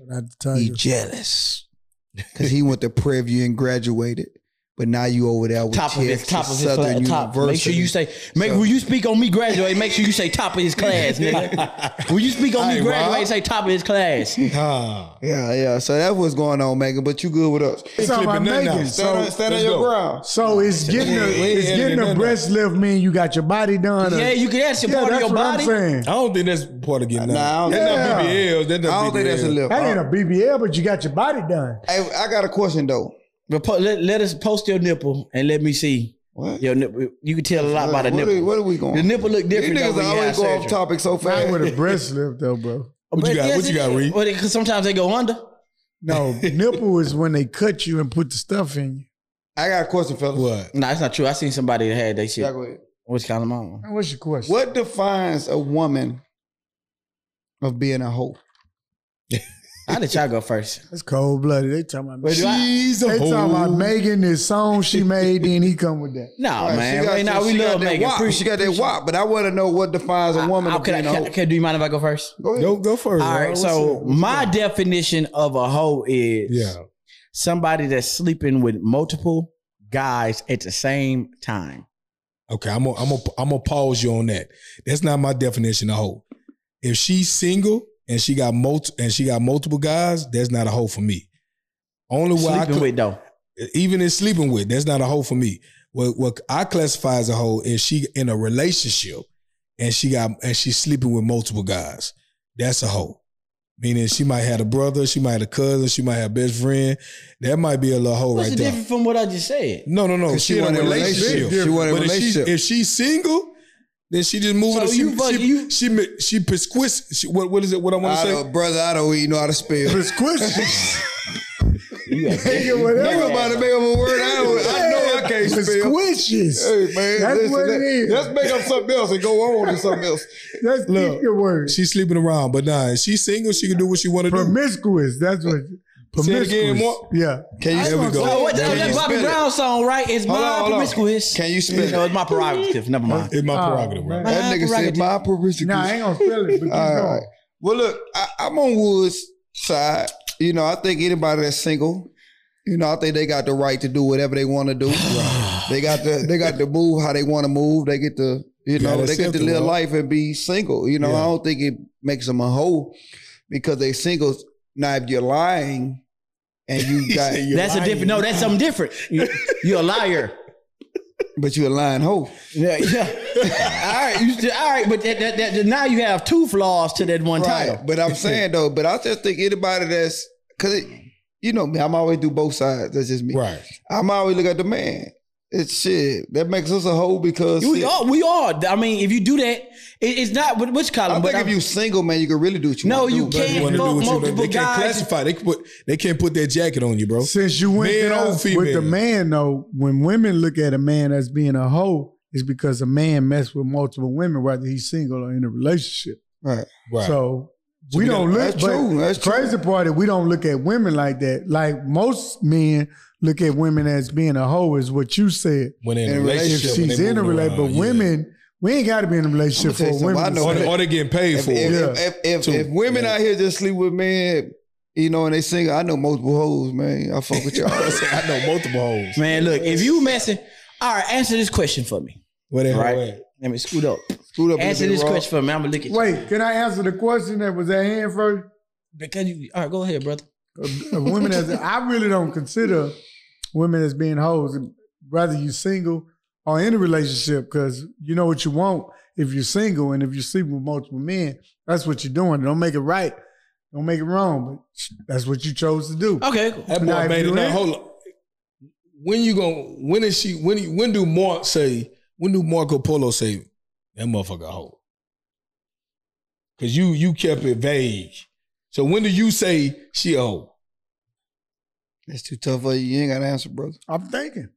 S4: Not the
S1: He
S4: Tigers.
S1: jealous because he went to Preview and graduated, but now you over there with
S3: top of his
S1: Texas
S3: top of his
S1: Southern
S3: class. Top.
S1: University.
S3: Make sure you say. Make when you speak on me graduate. Make sure you say top of his class, nigga. when you speak on me
S1: Hey,
S3: graduate,
S1: Rob.
S3: say top of his class.
S2: Ah.
S1: yeah, yeah. So that's what's going on, Megan. But you good with us?
S4: It's all about
S2: Clipping nothing
S4: making.
S2: out.
S1: Stand
S4: So,
S1: on, stand on
S2: let's
S1: your
S2: go.
S1: ground.
S4: so it's getting a,
S2: Yeah,
S4: it's
S2: yeah,
S4: getting
S2: yeah,
S4: a breast lift mean you got your body done. or-
S3: yeah, you can. That's a
S4: yeah,
S3: part of
S4: that's
S3: your
S4: what
S3: body.
S4: I'm saying.
S2: I don't think that's part of getting
S1: Nah, I
S2: out.
S1: don't
S2: That's
S1: think-
S2: not
S4: Yeah.
S2: BBLs. That's not
S1: I don't think that's a
S2: BBLs.
S1: lift.
S4: That ain't a BBL, but you got your body done.
S1: Hey, I got a question though.
S3: But po- let, let us post your nipple and let me see
S1: What?
S3: your nipple. You can tell a lot about the
S1: what,
S3: nipple.
S1: Are, what are we going?
S3: the nipple look
S1: These
S3: different. though
S1: niggas
S3: when you
S1: always
S3: have
S1: go off
S3: surgery.
S1: topic so
S4: Not
S1: fast.
S4: with a breast lift though, bro.
S2: What you
S3: But
S2: got-
S3: yes,
S2: what you
S3: it
S2: got,
S3: is.
S2: Reed?
S3: Well, they- 'cause sometimes they go under.
S4: No, nipple is when they cut you and put the stuff in you.
S1: I got a question, fellas.
S2: What?
S3: Nah, that's not true. I seen somebody that had that shit.
S1: Yeah, go ahead.
S3: Which kind of mama?
S4: Now, What's your question?
S1: What defines a woman of being a hoe?
S3: I let y'all go first.
S4: That's cold blooded. They talking about
S3: But do I-
S2: She's
S4: they
S2: a
S4: talking about
S2: hoe.
S4: Megan this song she made, then he come with that.
S3: No
S1: Right,
S3: man.
S1: she got-
S3: Right now
S1: she
S3: we
S1: got
S3: love
S1: that
S3: Megan.
S1: wop.
S3: Appreciate-
S1: She got that wop, but I want to know what defines a woman
S3: I- I-
S1: of
S3: can, I,
S1: being a
S3: can,
S1: hoe.
S3: I- can- do you mind if I go first?
S1: Go ahead.
S2: Go, go first.
S3: All
S2: Rob.
S3: right.
S2: What's
S3: So
S2: up? What you
S3: my
S2: got?
S3: definition of a hoe is
S2: Yeah.
S3: somebody that's sleeping with multiple guys at the same time.
S2: Okay, I'm gonna I'm gonna I'm gonna pause you on that. That's not my definition of hoe. If she's single and she got multi and she got multiple guys, that's not a hoe for me. Only way I
S3: sleeping
S2: could,
S3: with though.
S2: even in sleeping with, that's not a hoe for me. What what I classify as a hoe is she in a relationship and she got and she's sleeping with multiple guys. That's a hoe. Meaning she might have a brother, she might have a cousin, she might have a best friend. That might be a little hoe
S3: What's
S2: right
S3: the
S2: there.
S3: difference from what I just said?
S2: No, no, no.
S1: 'Cause
S2: She, in a relationship.
S1: She wanted a
S2: But if she-
S1: relationship.
S2: If she's single, then she just moving.
S3: So
S2: she,
S3: you fuck-
S2: she,
S3: you-
S2: she ma- she pesquis. She, what what is it? What I want
S1: I
S2: to say?
S1: don't- brother, I don't even know how to spell.
S4: Squish.
S3: Nigga,
S1: Nigga about to make up a word. I, don't, I know I can't spell.
S4: Squishes.
S1: Hey, man,
S4: That's
S1: listen,
S4: what it
S1: let-
S4: is.
S1: Let's make up something else and go on to something else.
S4: That's
S2: Look.
S4: keep your word.
S2: She's sleeping around, but nah, if she's single. She can do what she want to do.
S4: Promiscuous. That's what.
S2: Say it
S4: Promiscuous.
S2: again, Mark.
S4: Yeah.
S1: Can you
S2: There we go.
S3: Oh, what,
S1: Can
S3: that,
S1: you
S3: that Bobby
S1: spell it?
S3: Brown song, right? It's
S1: Hold on,
S3: my
S1: hold on.
S3: promiscuous.
S1: Can you spell
S3: No,
S1: it?
S3: it's my prerogative. Never mind.
S2: It's my
S4: Oh,
S2: prerogative, right?
S4: man.
S1: That nigga said my promiscuous.
S4: Nah, I ain't gonna spell it. But keep
S1: All right.
S4: going.
S1: Well, look, I, I'm on Wood's side. You know, I think anybody that's single, you know, I think they got the right to do whatever they want to do. they got the they got to move how they want to move. They get to you know
S2: gotta
S1: they get
S2: accept
S1: to
S2: it,
S1: live
S2: bro.
S1: life and be single. You know,
S2: Yeah.
S1: I don't think it makes them a hoe because they single. Now, if you're lying and you got,
S2: said you're
S3: That's a
S2: lying.
S3: different. No, that's something different. You- You're a liar.
S1: but you're a lying hoe.
S3: Yeah, yeah. all right, you, all right, but that, that, that, now you have two flaws to that one
S1: Right.
S3: title.
S1: But I'm saying though, but I just think anybody that's because you know me, I'm always do both sides. That's just me.
S2: Right.
S1: I'm always look at the man. It's shit that makes us a hoe because
S3: We
S1: shit,
S3: are, we are. I mean, if you do that, it, it's not what, which column.
S1: I
S3: but
S1: think
S3: I'm-
S1: if you single, man, you can really do what you
S3: No,
S1: want.
S3: you
S1: do,
S2: They
S3: can't.
S2: wanna do
S3: fuck
S2: what you-
S3: multiple
S2: They can't
S3: guys.
S2: classify. They can put. They can't put that jacket on you, bro.
S4: Since you went
S2: Man
S4: there
S2: or
S4: with the
S2: female?
S4: man, though, when women look at a man as being a hoe, it's because a man messed with multiple women, whether he's single or in a relationship.
S1: Right.
S2: Right.
S4: So,
S2: So
S4: we
S2: we got-
S4: don't look.
S1: That's
S4: but
S1: true. That's
S4: the crazy part is we don't look at women like that. Like most men look at women as being a hoe, is what you said.
S2: when they're in,
S1: in
S2: a
S1: a
S4: If
S2: relationship, when
S4: she's
S2: they
S4: in a
S2: moving
S4: relationship, but
S2: around, yeah.
S4: women, we ain't got to be in a relationship
S1: I'ma tell
S4: for
S1: you something,
S4: women.
S1: I
S4: to
S1: know
S4: say
S2: or,
S1: that.
S2: they- or they getting paid
S1: If,
S2: for
S1: if,
S2: it.
S4: Yeah.
S1: if, if, if,
S2: Too.
S1: if women
S2: Yeah.
S1: out here just sleep with men, you know, and they single, I know multiple hoes, man. I fuck with y'all.
S2: I said, I know multiple hoes.
S3: man, look, if you messing, all right, answer this question for me.
S2: Where they
S3: Right.
S2: hoe at?
S3: Let me scoot up.
S1: Scoot up a
S3: Answer
S1: little bit,
S3: this
S1: Rob.
S3: question for me. I'm gonna look at you.
S4: Wait, can I answer the question that was at hand first?
S3: because you. All right, go ahead, brother.
S4: Uh, women as I really don't consider women as being hoes, whether you single or in a relationship, because you know what you want if you're single and if you're sleeping with multiple men, that's what you're doing. Don't make it right Don't make it wrong, but that's what you chose to do.
S3: Okay, cool.
S2: That boy
S4: Now, if
S2: made
S4: you
S2: it. Now,
S4: in-
S2: hold on. When you going when is she when you- when do Mark say when do Marco Polo say that motherfucker hold? Cause you you kept it vague. So when do you say she a hoe?
S1: That's too tough for you. You ain't got to answer, brother.
S4: I'm thinking.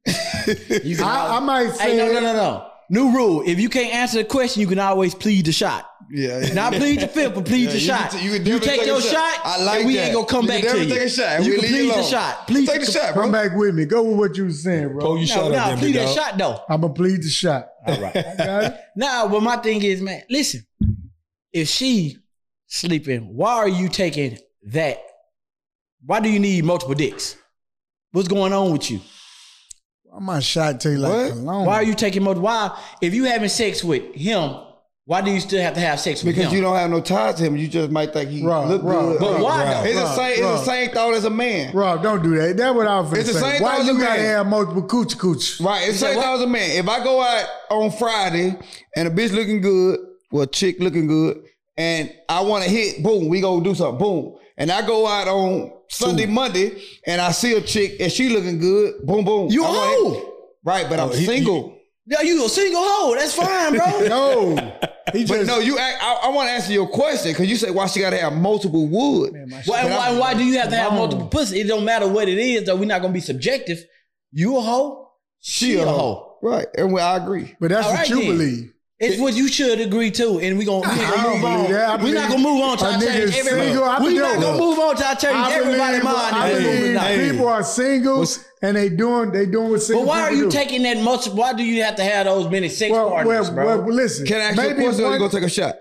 S3: You can
S4: I, I
S3: always,
S4: might
S3: hey,
S4: say
S3: no, no, no, no. New rule: if you can't answer the question, you can always plead the shot.
S1: Yeah. yeah.
S3: Not plead the fifth, but plead
S1: Yeah,
S3: the
S1: you
S3: shot.
S1: can t-
S3: you
S1: you can definitely
S3: take
S1: take
S3: your
S1: a shot.
S3: shot.
S1: I like
S3: and We
S1: that.
S3: ain't gonna come
S1: You can
S3: back to you.
S1: definitely take a shot, and
S3: You
S1: we'll
S3: can
S1: leave you
S3: plead the
S1: alone.
S3: shot. Plead
S1: Take the shot, bro.
S4: come back with me. Go with what you was saying, bro.
S2: Pull you
S3: No,
S2: shot up
S3: no,
S2: there,
S3: plead
S2: big
S3: that
S2: dog.
S3: shot though.
S4: I'm gonna plead the shot.
S3: All right.
S4: I got it.
S3: Nah, but my thing is, man, listen, if she sleeping, why are you taking that? Why do you need multiple dicks? What's going on with you?
S4: Why my shot take like
S1: What?
S4: cologne?
S3: Why are you taking multiple? Why, if you having sex with him, why do you still have to have sex with
S1: Because
S3: him?
S1: you don't have no ties to him. You just might think he
S4: Right,
S1: look
S4: right,
S1: good.
S4: right,
S3: But why
S4: right,
S3: though?
S1: It's,
S4: right,
S1: the same,
S4: right.
S1: it's the same thought as a man.
S4: Rob, don't do that. That what I was
S1: It's
S4: finna
S1: the
S4: say.
S1: same
S4: Why
S1: thought
S4: you
S1: you had.
S4: gotta have multiple coochie coochie?
S1: Right. It's the same
S3: what?
S1: thought as a man. If I go out on Friday and a bitch looking good, well, chick looking good, and I want to hit, boom, we gonna do something, boom. And I go out on Sunday, Monday, and I see a chick and she looking good, boom, boom.
S3: You
S1: I wanna hit-
S3: old.
S1: Right, but I'm
S2: he-
S1: single.
S3: Yeah, you a single hoe. That's fine, bro.
S4: No, he just
S1: but no, you. Act, I, I want to answer your question because you said why she got to have multiple wood.
S4: my
S3: Why,
S1: But
S3: why,
S1: I'm-
S3: why do you have to have
S4: Wrong.
S3: multiple pussy? It don't matter what it is, though. We're not gonna be subjective. You a hoe? She a hoe.
S1: Right, and well, I agree.
S4: But that's
S3: All
S4: what
S3: right
S4: you
S3: then.
S4: believe.
S3: It's what you should agree to, and we gonna, we
S4: I
S3: ain't gonna
S4: don't
S3: move on.
S4: believe that. I
S3: We're not gonna
S4: believe
S3: move on to
S4: a
S3: our
S4: nigga
S3: change
S4: is
S3: everybody.
S4: single. I
S3: We're
S4: believe-
S3: not gonna
S4: look,
S3: move on to our change everybody mind.
S4: I
S3: is
S2: Hey,
S3: moving
S4: believe
S3: now.
S2: hey.
S4: people are single
S2: What's-
S4: and they doing they doing what single
S3: But why are
S4: people
S3: you
S4: do.
S3: taking that much? Why do you have to have those many sex
S4: Well, well,
S3: partners, bro?
S4: well, listen.
S1: Can I ask you a
S4: maybe
S1: question? Or you
S4: one-
S1: gonna take a shot?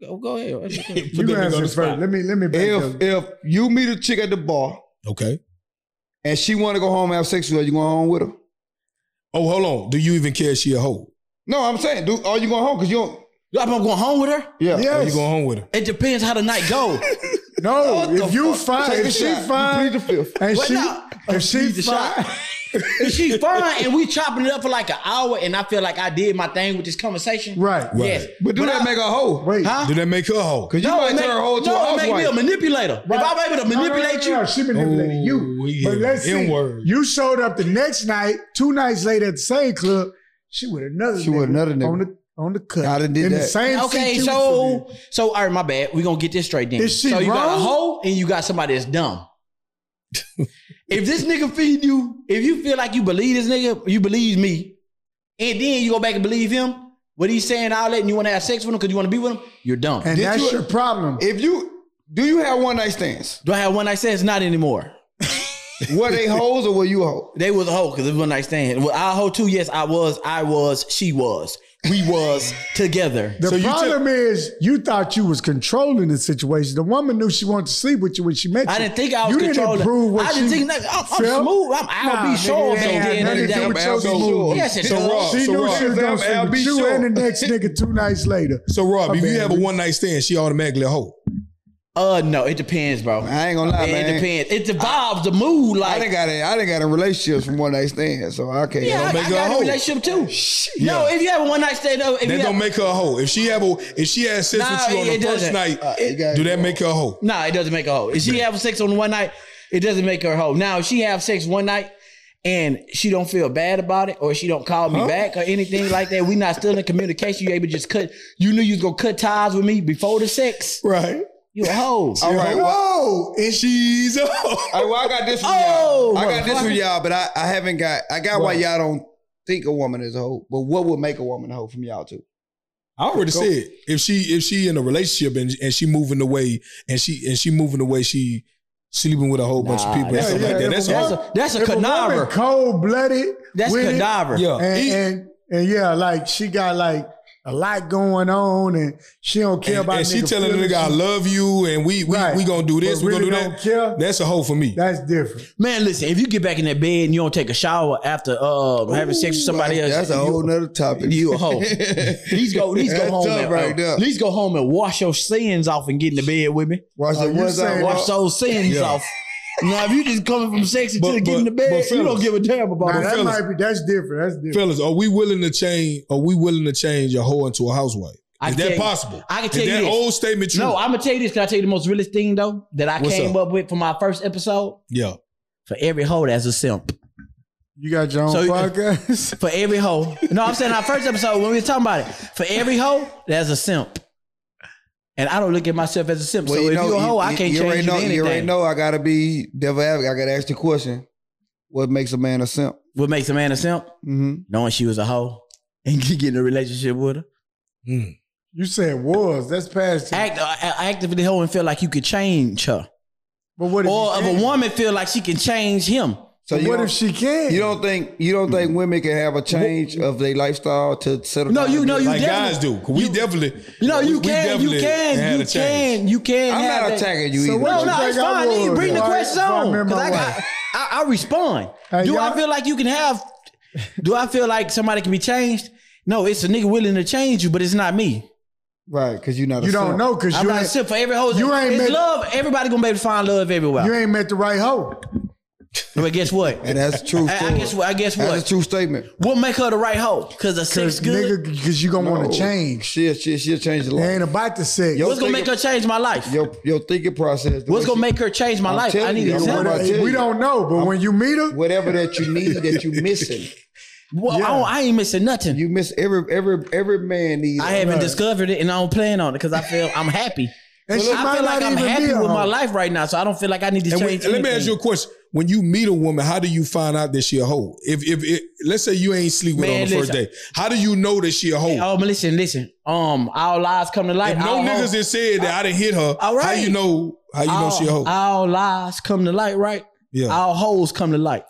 S3: Go- go ahead. What's your question?
S2: Put
S4: you
S2: that nigga on
S4: answer
S2: the
S4: first.
S2: spot.
S4: Let me let me back
S1: If
S4: up.
S1: if you meet a chick at the bar
S2: Okay.
S1: and she want to go home and have sex with her, you going home with her?
S2: Oh, hold on. Do you even care if she a hoe?
S1: No, I'm saying, dude, are you going home? Cause you don't.
S3: I'm going home with her.
S1: Yeah.
S2: Or
S4: Yes.
S2: you going home with her?
S3: It depends how the night go.
S4: no,
S1: What the
S4: if you
S1: fuck?
S4: find
S1: Take
S4: if
S1: the
S4: she
S1: shot. You
S4: find
S1: plead the fifth.
S4: and
S3: Well,
S4: she
S3: no.
S4: if she
S3: Plead the shot.
S4: find
S3: if she's fine and we chopping it up for like an hour, and I feel like I did my thing with this conversation,
S4: right.
S2: Right.
S3: Yes,
S1: But do
S3: But
S1: that
S3: I-
S1: make a hoe?
S4: Wait.
S3: huh?
S2: Do that make her a hoe?
S1: Cause you
S3: No,
S1: might
S3: it make,
S1: turn her hoe to
S3: no,
S1: a
S3: it make me a
S1: housewife.
S3: manipulator. If I'm able to
S4: No, no, no,
S3: manipulate
S4: no,
S3: you,
S4: she manipulated
S2: Oh,
S4: you.
S2: we
S4: But
S2: hear
S4: let's
S2: the
S4: see.
S2: N-word.
S4: You showed up the next night, two nights later at the same club. She with another.
S1: She with another nigga.
S4: on the on the cut.
S1: I done did
S4: in the
S1: that.
S4: same.
S3: Okay,
S4: seat you was
S3: so
S4: in.
S3: so all right, my bad. We're gonna get this straight then.
S4: Is she
S3: so you got a
S4: wrong?
S3: hoe and you got somebody that's dumb. if this nigga feed you, if you feel like you believe this nigga, you believe me, and then you go back and believe him, what he's saying, all that, and you wanna have sex with him because you wanna be with him, you're dumb.
S4: and
S1: Did
S4: that's
S1: you-
S4: your problem.
S1: If you do, you have one night stands.
S3: Do I have one night stands? Not anymore.
S1: Were they hoes or were you a hoe?
S3: They was a hoe because it was one night stand. Well, I hoe too, yes, I was, I was, she was. We was together.
S4: The
S2: So you
S4: problem is, you thought you was controlling the situation. The woman knew she wanted to sleep with you when she met you.
S3: I didn't think I was
S4: You
S3: controlling.
S4: didn't prove what
S3: I didn't
S4: she
S3: think nothing. I'm, I'm
S4: felt.
S3: smooth. I'm
S4: Nah,
S3: I'll be
S4: nigga,
S3: sure
S4: it
S3: at
S4: ain't
S3: the end of
S4: nothing
S3: the
S4: to do
S3: day.
S4: with your
S1: Al
S4: smooth.
S1: Sure.
S3: Yes, it
S1: so
S3: does.
S1: Raw,
S4: She
S2: So
S4: knew
S2: Rob-
S4: she was gonna
S1: Al
S4: sleep
S1: B.
S4: with you
S1: Sure.
S4: and the next nigga two nights later.
S2: So Rob,
S4: My
S2: if you
S4: bad,
S2: have a
S4: dude.
S2: one night stand, she automatically a hoe.
S3: Uh, no, it depends, bro.
S1: I ain't gonna lie,
S3: it
S1: man.
S3: depends. It evolves the mood.
S1: I
S3: Like,
S1: didn't got it. I didn't got a relationship from one night stand, so I can't.
S3: yeah, I,
S2: make
S3: I
S2: her a
S3: got a
S2: hoe.
S3: relationship too. No, if you have a one night stand, no, if you
S2: That
S3: have,
S2: don't make her a hoe. If she have a, if she has sex
S3: Nah,
S2: with you on
S3: it
S2: the first
S3: doesn't.
S2: night,
S1: you got
S2: do
S1: it.
S2: that make her a hoe?
S3: nah, it doesn't make a hoe. If she have sex on one night, it doesn't make her a hoe. Now, if she have sex one night and she don't feel bad about it, or she don't call me back or anything like that, we not still in communication. You able to just cut? You knew you was gonna cut ties with me before the sex.
S2: Right.
S3: You a hoe.
S1: All right. Well,
S2: Whoa, and she's a hoe.
S1: I, well, I got this from
S3: Oh,
S1: y'all. I got this from
S3: motherfucker.
S1: y'all, but I, I haven't got. I got why
S4: Right.
S1: y'all don't think a woman is a hoe. But what would make a woman a hoe from y'all too?
S2: I already
S1: Go.
S2: said if she if she in a relationship and and she moving away and she and she moving away, she sleeping with a whole bunch of
S3: Nah,
S2: people and
S3: that's
S2: stuff
S4: a-
S2: like that. That's,
S3: That's
S2: a
S3: a that's a
S4: If
S3: cadaver.
S4: woman cold blooded.
S3: That's cadaver.
S2: yeah.
S4: And,
S2: E-
S4: and and yeah, like she got like a lot going on, and she don't care
S2: and,
S4: about.
S2: and she
S4: nigga
S2: telling the
S4: feelings.
S2: nigga I love you and we we,
S4: Right.
S2: we gonna do this,
S4: But
S2: we
S4: really
S2: gonna do
S4: don't
S2: that.
S4: care?
S2: That's a hoe for me.
S4: That's different.
S3: Man, listen, if you get back in that bed and you don't take a shower after uh, having sex with somebody else,
S1: That's a whole
S3: you,
S1: nother topic.
S3: you a hoe. Please go, please go
S1: That's
S3: home.
S1: tough
S3: And,
S1: right
S3: uh,
S1: there.
S3: Please go home and wash your sins off and get in the bed with me.
S1: Watch
S4: Oh,
S1: the
S4: you
S1: ones I
S4: saying
S1: walk-
S3: Wash those sins
S2: Yeah.
S3: off. Now, if you just coming from sex until
S2: But-
S3: getting in the
S2: but-
S3: bed,
S2: but
S3: you don't
S2: fellas-
S3: give a damn about
S4: Now,
S3: it.
S4: that
S2: fellas-
S4: might be that's different. That's different.
S2: Fellas, are we willing to change are we willing to change a hoe into a housewife?
S3: I
S2: Is
S3: tell
S2: that
S3: you-
S2: possible?
S3: I can
S2: Is
S3: tell you
S2: that
S3: this.
S2: old statement true?
S3: No, I'm gonna tell you this. Can I tell you the most realest thing though that I
S2: What's
S3: came up? with for my first episode?
S2: yeah.
S3: For every hoe, that's a simp.
S4: You got your own
S3: So-
S4: podcast.
S3: For every hoe, no, I'm saying our first episode when we were talking about it. For every hoe, there's a simp. And I don't look at myself as a simp. so if you a hoe, I can't change
S1: already
S3: you
S1: know,
S3: to anything.
S1: You already know I gotta be devil advocate. I gotta ask the question: What makes a man a simp?
S3: What makes a man a simp?
S1: Mm-hmm.
S3: Knowing she was a hoe and you get in a relationship with her.
S2: Mm.
S4: You said was. That's past.
S3: Act,
S4: tense.
S3: uh, actively hoe and feel like you could change her,
S4: But what if
S3: or
S4: you
S3: if
S4: can't?
S3: a woman feel like she can change him.
S1: So you
S4: what
S1: don't,
S4: if she can?
S1: you don't think you don't think women can have a change of their lifestyle to settle?
S3: No,
S1: down
S3: you
S1: and
S3: know
S1: be-
S3: you
S2: Like guys
S3: definitely.
S2: do. 'Cause We definitely.
S3: You know you
S2: we
S3: can, you
S2: definitely
S3: can,
S2: had
S3: you
S2: a change.
S3: can, you can.
S1: I'm
S3: have
S1: not
S3: that.
S1: attacking you either.
S4: what
S3: No,
S4: you
S3: no,
S4: think
S3: it's
S4: I
S3: fine. Then you
S4: was?
S3: bring the
S4: Why-
S3: question
S4: why
S3: on.
S4: remember
S3: 'cause I,
S4: my
S3: got- I, I respond.
S4: Hey,
S3: do I
S4: y'all-
S3: feel like you can have? Do I feel like somebody can be changed? No, it's a nigga willing to change you, but it's not me.
S1: right? Because you're not. A
S4: You don't
S1: simp.
S4: know because
S3: I'm
S4: you
S3: not
S4: ain't,
S3: simp for every hoe.
S4: you ain't
S3: it's
S4: met-
S3: love. Everybody gonna be able to find love everywhere.
S4: you ain't met the right hoe.
S3: but guess what?
S1: and that's true.
S3: I, I
S1: too.
S3: guess what? I guess
S1: that's
S3: what?
S1: a true statement.
S3: What make her the right hoe? Cause the sex
S4: Because
S3: good.
S4: nigga, because you gonna want
S1: No.
S4: to change.
S1: She'll Oh. she she'll change the
S4: It
S1: life.
S4: ain't about the sex.
S1: Yo,
S3: What's gonna make
S1: thinking-
S3: her change my life?
S1: Your your thinking process. the
S3: What's
S1: way
S3: gonna
S1: she-
S3: make her change my
S1: I'm
S3: life? I
S1: telling
S3: need
S1: you,
S3: an
S1: yo,
S4: What-
S1: what
S3: example.
S1: I tell
S4: we
S1: you.
S4: don't know, but when you meet her,
S1: whatever that you need that you missing.
S3: Well, I, don't- I ain't missing nothing.
S1: You miss every every every man needs.
S3: I haven't discovered it, and I don't plan on it because I feel I'm happy.
S4: and she
S3: I
S4: might
S3: feel
S4: not
S3: like I'm
S4: even be
S3: happy
S4: a
S3: with my
S4: hoe.
S3: life right now, so I don't feel like I need to
S2: And
S3: change.
S2: when- let me
S3: anything.
S2: ask you a question. When you meet a woman, how do you find out that she a hoe? If if it, let's say you ain't sleep with her
S3: Man,
S2: on the first
S3: listen.
S2: day, how do you know that she a hoe?
S3: Oh, but listen, listen. Um, all lies come to light.
S2: if no
S3: all
S2: niggas
S3: hoes-
S2: has said that I, didn't hit her,
S3: All
S2: how
S3: right.
S2: you know? How you know
S3: all,
S2: she a hoe?
S3: all lies come to light, right?
S2: yeah.
S3: All holes come to light.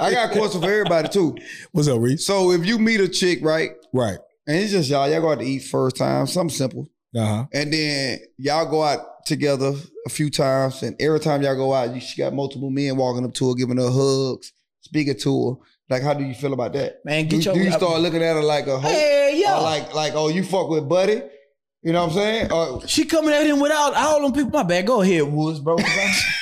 S1: I got a question for everybody too.
S2: What's up, Reese?
S1: So if you meet a chick, right,
S2: Right.
S1: and it's just y'all, y'all go out to eat first time, something simple,
S2: Uh huh.
S1: and then y'all go out together a few times, and every time y'all go out, you she got multiple men walking up to her, giving her hugs, speaking to her. Like, how do you feel about that?
S3: Man,
S1: Do,
S3: get your
S1: do you start looking at her like a hoe?
S3: Hey,
S1: Or
S3: yo.
S1: like like oh you fuck with buddy? You know what I'm saying? Or
S3: She coming at him without all them people. My bad. Go ahead, Woods, bro.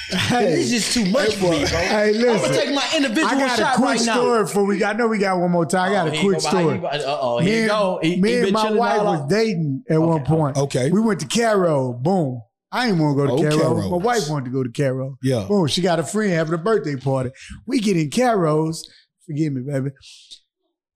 S4: Hey,
S3: this is just too much for me, bro.
S4: hey,
S3: I'm gonna
S4: listen.
S3: take my
S4: I
S3: individual
S4: got a
S3: shot
S4: quick
S3: right now.
S4: story for we. I know we got one more time. I
S3: Oh,
S4: got a quick story.
S3: Uh oh,
S4: Me
S3: here you
S4: and-
S3: go. He- he
S4: me and
S3: been
S4: my
S3: chilling
S4: wife
S3: all
S4: was
S3: out.
S4: dating at one point.
S2: Okay.
S4: We went to Caro. Boom. I didn't want to go to
S2: Oh,
S4: Caro. My
S2: Carol's.
S4: wife wanted to go to Caro.
S2: Yeah.
S4: Boom. She got a friend having a birthday party. We get in Caro's. Forgive me, baby.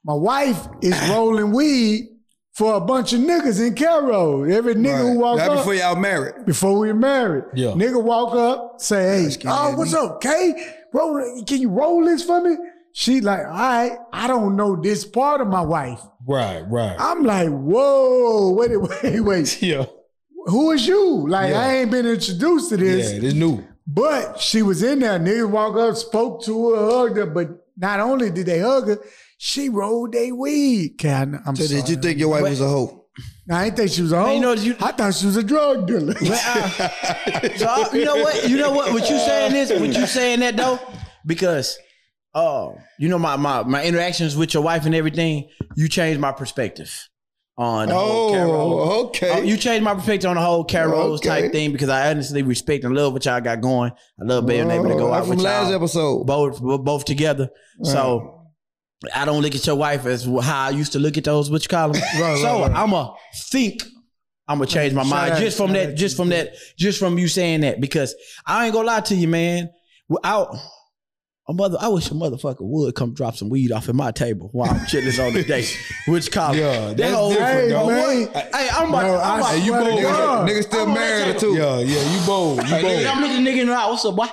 S4: My wife is rolling weed for a bunch of niggas in Caro. Every nigga who
S1: Right.
S4: walk
S1: That
S4: up
S1: before
S4: before,
S1: y'all married.
S4: we were married.
S2: Yeah.
S4: Nigga walk up, say, hey,
S1: Excuse
S4: oh, what's
S1: me.
S4: up, Kay? Roll, can you roll this for me? She like, all right, I don't know this part of my wife.
S2: Right. Right.
S4: I'm like, whoa, wait, wait, wait.
S2: Yeah.
S4: Who is you? Like,
S2: Yeah.
S4: I ain't been introduced to this.
S2: Yeah. It's new.
S4: But she was in there. Niggas walked up, spoke to her, hugged her. But not only did they hug her, she rolled their weed. Okay, I, am
S1: So
S4: sorry.
S1: did you think your wife was a hoe?
S4: I didn't think she was a hoe.
S3: you know, you-
S4: I thought she was a drug dealer.
S3: So I- you know what? You know what? What you saying is what you saying that though, because oh, you know my my my interactions with your wife and everything. You changed my perspective on the whole Carol.
S1: Oh,
S3: Oh,
S1: okay.
S3: you changed my perspective on the whole Carol's
S1: Okay.
S3: type thing because I honestly respect and love what y'all got going. I love being able to
S1: Oh,
S3: go
S1: that's
S3: out
S1: from
S3: with
S1: last
S3: y'all
S1: episode.
S3: both both together. So. I don't look at your wife as how I used to look at those which columns.
S4: right,
S3: so
S4: right.
S3: I'm a think I'm gonna change my
S4: Shout
S3: mind
S4: out-
S3: just from
S4: shout
S3: that,
S4: out
S3: just
S4: to
S3: from
S4: you.
S3: that, just from you saying that because I ain't gonna lie to you, man. Without a mother, I wish a motherfucker would come drop some weed off at my table while I'm chilling on the date. Which column?
S2: Yeah,
S3: That
S2: that's
S3: whole-
S2: different,
S4: hey,
S2: dog.
S4: man.
S3: Hey, I'm about.
S4: Bro,
S3: I'm
S4: I
S3: about
S2: Hey, you
S4: swear to
S2: bold.
S4: God.
S1: Nigga, nigga still
S3: I'm on that
S1: married her
S3: table.
S1: too.
S2: Yeah. Yeah. You bold. You
S3: Hey, I'm
S2: bold.
S3: looking nigga in the eye. What's up, boy?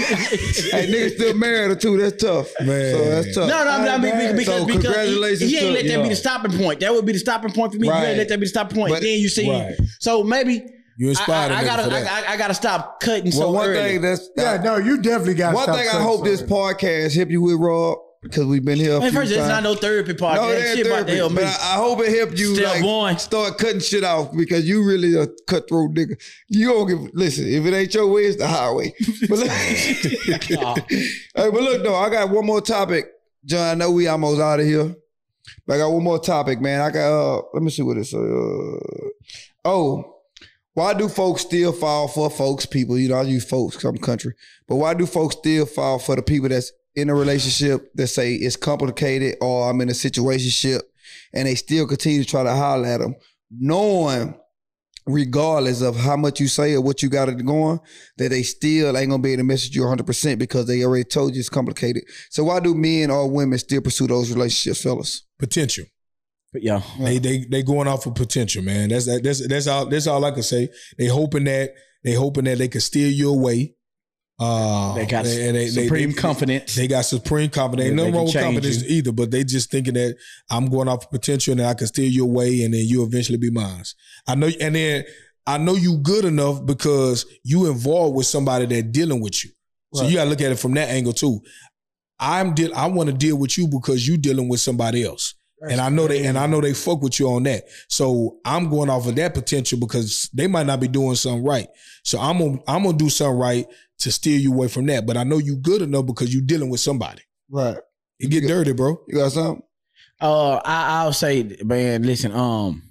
S1: Hey, nigga still married her too. That's tough.
S2: Man.
S1: So that's tough.
S3: No, no, I'm not because,
S4: man.
S3: because,
S1: So
S3: because
S1: congratulations
S3: he, he ain't
S1: to-
S3: let that be
S2: yeah.
S3: the stopping point. That would be the stopping point for me. You
S1: Right.
S3: ain't let that be the stopping point.
S1: But-
S3: then you see.
S2: Right.
S3: So maybe
S2: You
S3: I,
S2: inspired
S3: I- I
S2: a nigga
S3: gotta,
S2: for that.
S3: I, I- I gotta stop cutting
S1: Well,
S3: so
S1: one
S3: early.
S1: thing that's
S4: Yeah, no, you definitely got
S1: one thing I hope this podcast help you with, Rob, because we've been here. A
S3: Man,
S1: few
S3: first, it's
S1: times.
S3: not no therapy part.
S1: No,
S3: that
S1: it ain't
S3: shit about to
S1: therapy,
S3: help me.
S1: but I, I hope it helped you
S3: Step
S1: like,
S3: one.
S1: start cutting shit off because you really a cutthroat nigga. You don't give listen, if it ain't your way, it's the highway. But look,
S3: Nah.
S1: Hey, but look though, I got one more topic. John, I know we almost out of here. But I got one more topic, man. I got uh let me see what it's uh oh. Why do folks still fall for folks people? You know, I use folks 'cause I'm country. But why do folks still fall for the people that's in a relationship that say it's complicated or I'm in a situationship and they still continue to try to holler at them knowing regardless of how much you say or what you got it going, that they still ain't gonna be able to message you 100% because they already told you it's complicated. So why do men or women still pursue those relationships, fellas?
S2: Potential.
S3: But yeah,
S2: They they they going off of potential, man. That's that's that's all that's all I can say. They hoping that they hoping that they can steer you away. Uh,
S1: Oh,
S3: they got supreme confidence.
S2: They got supreme confidence. Ain't
S3: Yeah, they
S2: nothing
S3: can
S2: wrong with
S3: change
S2: confidence
S3: you.
S2: either, but they just thinking that I'm going off of potential and I can steer you away, and then you eventually be mine. I know, and then I know you good enough because you involved with somebody that dealing with you. So you gotta look at it from that angle too. I'm deal. I want to deal with you because you dealing with somebody else, and I know they and I know they fuck with you on that. So I'm going off of that potential because they might not be doing something right. So I'm gonna I'm gonna do something right to steer you away from that. But I know you good enough because you dealing with somebody.
S1: Right.
S2: It get dirty, bro.
S1: You got something?
S3: uh, I I'll say, man, listen, um,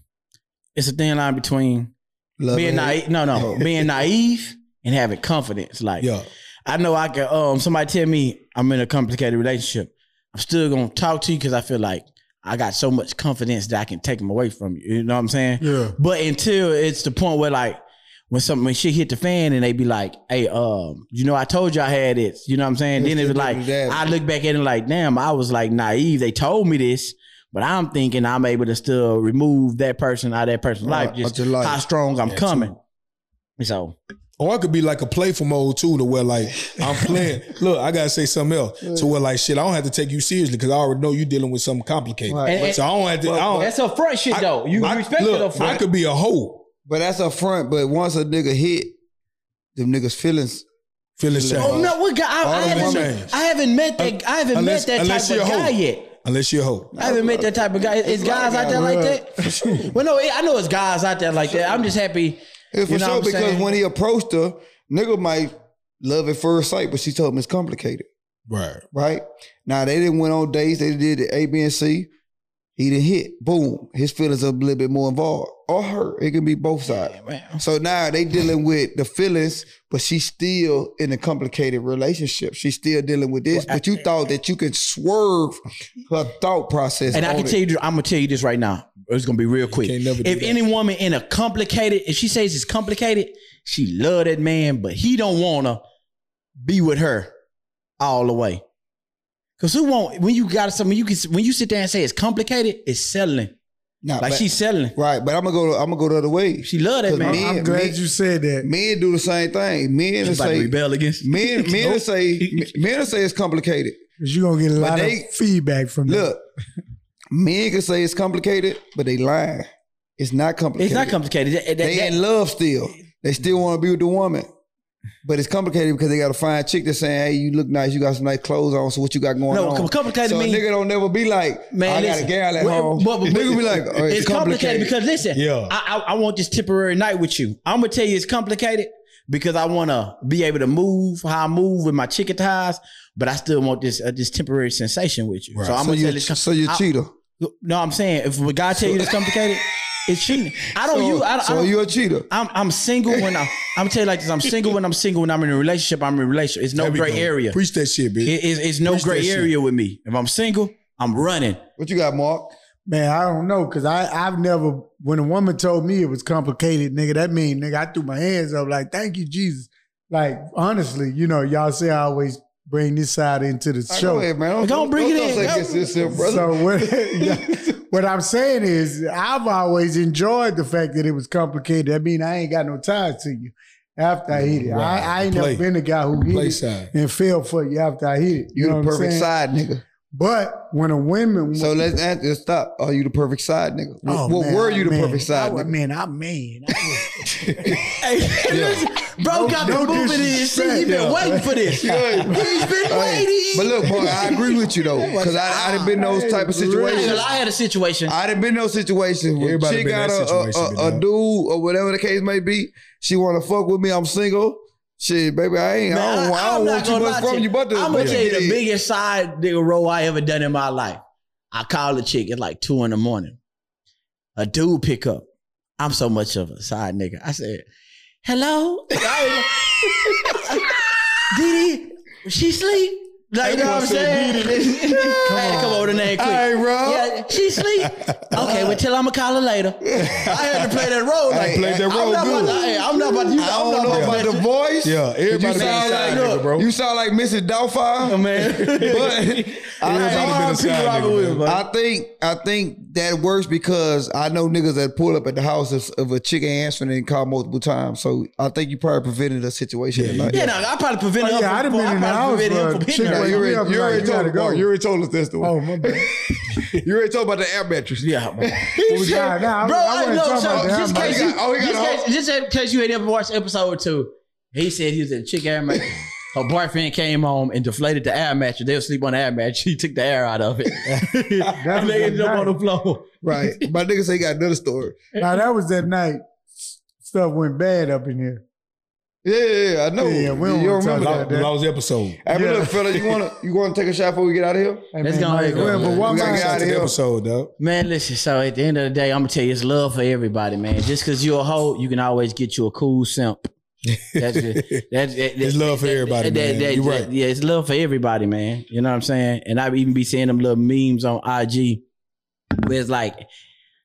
S3: it's a thin line between
S1: Love
S3: being
S1: and hate?
S3: naive, no, no, being naive and having confidence. Like,
S2: Yeah,
S3: I know I can. Um, somebody tell me I'm in a complicated relationship. I'm still gonna talk to you because I feel like I got so much confidence that I can take them away from you. You know what I'm saying?
S4: Yeah.
S3: But until it's the point where like when something when shit hit the fan and they be like, hey, um, you know, I told you I had this. You know what I'm saying?
S1: It's
S3: then it was
S1: just
S3: like
S1: really that.
S3: I look back at it like, damn, I was like naive. They told me this. But I'm thinking I'm able to still remove that person out of that person's
S1: Right,
S3: life. Just
S1: out your life.
S3: how strong I'm
S2: Yeah, true.
S3: coming. So
S2: or it could be like a playful mode too, to where like I'm playing. look, I gotta say something else. To where like shit, I don't have to take you seriously because I already know you dealing with something complicated.
S1: Right.
S3: And-
S2: So I don't have to. I don't,
S3: Oh, that's up front shit
S2: I-
S3: though. You
S2: I-
S3: respect
S2: look,
S3: it up
S2: I
S3: front.
S2: could be a hoe.
S1: But that's up front. But once a nigga hit, them niggas feelings.
S2: Feeling
S1: Oh,
S2: shame.
S3: Oh no, we got. I,
S2: All
S3: I
S2: them
S3: haven't.
S2: women.
S3: I haven't met that. I haven't
S2: Unless-
S3: met that
S2: unless
S3: type
S2: you're
S3: of
S2: a
S3: guy
S2: hoe.
S3: yet.
S2: Unless you're a hoe.
S3: I haven't met that type of guy. It's
S1: a lot
S3: guys
S1: of
S3: out
S1: guys,
S3: there like
S1: yeah.
S3: that. Well, no, I know it's guys out there like that. I'm just happy.
S1: It's for
S3: You know
S1: sure
S3: what I'm
S1: because
S3: saying?
S1: when he approached her, nigga might love at first sight, but she told him it's complicated,
S2: Right.
S1: right? Now they didn't went on dates, they did the A, B, and C. He didn't hit. Boom. His feelings are a little bit more involved. Or her. It can be both sides. So now they dealing with the feelings, but she's still in a complicated relationship. She's still dealing with this. But you thought that you could swerve her thought process.
S3: And I
S1: on
S3: can
S1: it.
S3: tell you, I'm gonna tell you this right now. It's gonna be real quick.
S2: can't never do
S3: If
S2: that.
S3: any woman in a complicated, if she says it's complicated, she love that man, but he don't wanna be with her all the way. Cause who won't? When you got something, you can when you sit there and say it's complicated, it's settling.
S1: Nah,
S3: Like
S1: but-
S3: she's settling.
S1: right, but I'm gonna go. I'm gonna go the other way.
S3: She love that
S1: 'Cause
S3: man.
S1: me-
S4: I'm
S1: Men-
S4: glad
S1: men-
S4: you said that.
S1: Men do the same thing. Men
S3: She's about to
S1: say
S3: rebel against.
S1: Men, men
S3: Nope.
S1: say men say it's complicated.
S4: Cause you're gonna get a lot
S1: they-
S4: of feedback from that.
S1: Look, men can say it's complicated, but they lying. It's not complicated.
S3: It's not complicated. That- that-
S1: They
S3: that-
S1: in love still. They still want to be with the woman, but it's complicated because they got to find a chick that's saying, "Hey, you look nice. You got some nice clothes on. So what you got going
S3: No,
S1: on?"
S3: com- complicated
S1: So a
S3: mean-
S1: nigga don't never be like,
S3: Man,
S1: "Man, I
S3: listen.
S1: got a gal at
S3: Well,
S1: home."
S3: but- but-
S1: nigga be like, oh,
S3: it's, complicated,
S1: complicated
S3: because listen,
S2: Yeah.
S3: I, I I want this temporary night with you. I'm gonna tell you it's complicated because I want to be able to move how I move with my chicken ties, but I still want this uh, this temporary sensation with you.
S2: Right.
S3: So I'm
S1: so
S3: gonna
S1: you,
S3: tell you.
S1: so you
S3: I-
S1: cheater.
S3: no, I'm saying if a guy tell you it's complicated, it's cheating. I don't.
S1: so,
S3: use. Oh, I don't, I
S1: so
S3: don't-
S1: you a cheater.
S3: I'm I'm single when I I'm tell you like this. I'm single when I'm single. When I'm in a relationship, I'm in a relationship. It's no
S2: There we
S3: gray
S2: go.
S3: area.
S2: Preach that shit, bitch.
S3: It- it's, it's no
S2: Preach that
S3: gray
S2: shit.
S3: area with me. If I'm single, I'm running.
S1: What you got, Mark?
S4: Man, I don't know, cause I I've never when a woman told me it was complicated, nigga. That mean, nigga, I threw my hands up like, thank you, Jesus. Like honestly, you know, y'all say I always bring this side into the
S1: All right,
S4: show.
S1: Go ahead, man. Don't,
S3: Don't bring it
S1: throw
S3: in.
S1: something
S3: Don't-
S1: against yourself, brother.
S4: So what, yeah, what I'm saying is, I've always enjoyed the fact that it was complicated. I mean, I ain't got no ties to you after I hit it.
S2: Right.
S4: I, I ain't
S2: Play.
S4: never been the guy who hit
S2: Play
S4: it
S2: side.
S4: and fell for you after I hit it. You,
S1: You,
S4: know
S1: the
S4: what I'm
S1: perfect
S4: saying?
S1: side nigga.
S4: But when a woman,
S1: So let's ask, let's stop. Are you the perfect side nigga? What,
S4: Oh,
S1: what
S4: man,
S1: were you the
S4: man.
S1: perfect side
S4: I, was-
S1: nigga?
S4: Man, I mean, I
S3: Hey, listen, bro got
S4: no
S3: the move in his seat. He been
S4: disrespect.
S3: waiting for this. He's
S1: Yeah.
S3: been
S1: Hey,
S3: waiting.
S1: but look, boy, I agree with you though, because I I done been in those type of situations.
S3: Hell, I had a situation.
S1: I done been in those situations where
S2: Everybody
S1: she
S2: been in
S1: got
S2: that
S1: a, a,
S2: situation,
S1: a, a
S2: man.
S1: dude or whatever the case may be. She want to fuck with me. I'm single. Shit, baby, I ain't. I don't, want- I don't want too much from you, but the
S3: I'm
S1: but
S3: gonna tell you the
S1: did.
S3: biggest side nigga roll I ever done in my life. I call a chick at like two in the morning. A dude pick up. I'm so much of a side nigga. I said, "Hello, Didi, she sleep." Like, you know what I'm saying? I had to come over the name quick.
S1: Hey, bro.
S3: Yeah, she sleep. Okay, well, till I'ma call her later. I had to play that role. Like,
S1: Hey, played that
S3: I'm
S1: role
S3: not about
S1: good.
S3: to, hey, I'm not about to. You,
S1: I don't
S3: I'm not
S1: know
S3: about
S1: about the voice.
S2: Yeah,
S1: You sound
S2: everybody been a
S1: like,
S2: side
S1: look,
S2: nigga, bro.
S1: you sound like Mrs. Doubtfire.
S3: man.
S1: But
S2: Everybody been a
S3: R.I.P.
S2: side
S3: Robert
S2: nigga, man.
S3: Williams, man.
S1: I think I think that works because I know niggas that pull up at the house of, of a chick ain't answering and call multiple times. So I think you probably prevented a situation.
S2: Yeah,
S1: like
S3: Yeah,
S1: that.
S3: no, I probably prevented hher
S4: Oh,
S3: from-
S4: yeah, I'd have been
S3: I
S4: in the
S3: probably
S4: house,
S3: prevented him
S4: bro.
S3: from hitting
S4: Chick
S1: Now,
S3: her.
S4: was-
S1: you,
S4: Yeah,
S1: already, you,
S4: like,
S1: already
S4: you
S1: told
S4: gotta
S1: the bar.
S4: go.
S1: you already told us that's the
S4: Oh
S1: one.
S4: my bad.
S1: You already told about the air mattress.
S3: Yeah, man.
S4: What we got now?
S3: Bro, I,
S4: wasn't
S3: know.
S4: talking
S3: So
S4: about that.
S3: just in
S4: I'm
S3: case,
S4: like,
S1: Oh, he
S3: you,
S1: got- oh, he got
S3: just,
S1: a
S3: case, just in case you ain't ever watched episode two, he said he was at Chick Air Match. Her boyfriend came home and deflated the air mattress. They'll sleep on the air mattress. He took the air out of it. and they ended up on the floor.
S1: Right. My nigga say he got another story.
S4: Now that was that night. Stuff went bad up in here.
S1: Yeah, yeah, yeah, I know.
S4: Yeah, we don't
S1: you
S4: wanna talk
S1: remember
S4: about
S1: that.
S2: Lost- Lost episode.
S1: Hey, but
S4: Yeah.
S1: look, fella, you wanna you wanna take a shot before we get out of here?
S4: Hey,
S3: Let's
S4: man,
S3: go ahead,
S4: Mike,
S3: go.
S4: well, but one
S1: We gotta
S4: might-
S1: get out of
S2: That's the
S1: here.
S2: episode, dog.
S3: Man, listen. So at the end of the day, I'm gonna tell you, it's love for everybody, man. Just because you're a hoe, you can always get you a cool simp. That's it. That's that,
S2: It's love for everybody, man. You right.
S3: Yeah, it's love for everybody, man. You know what I'm saying? And I even be seeing them little memes on IG where it's like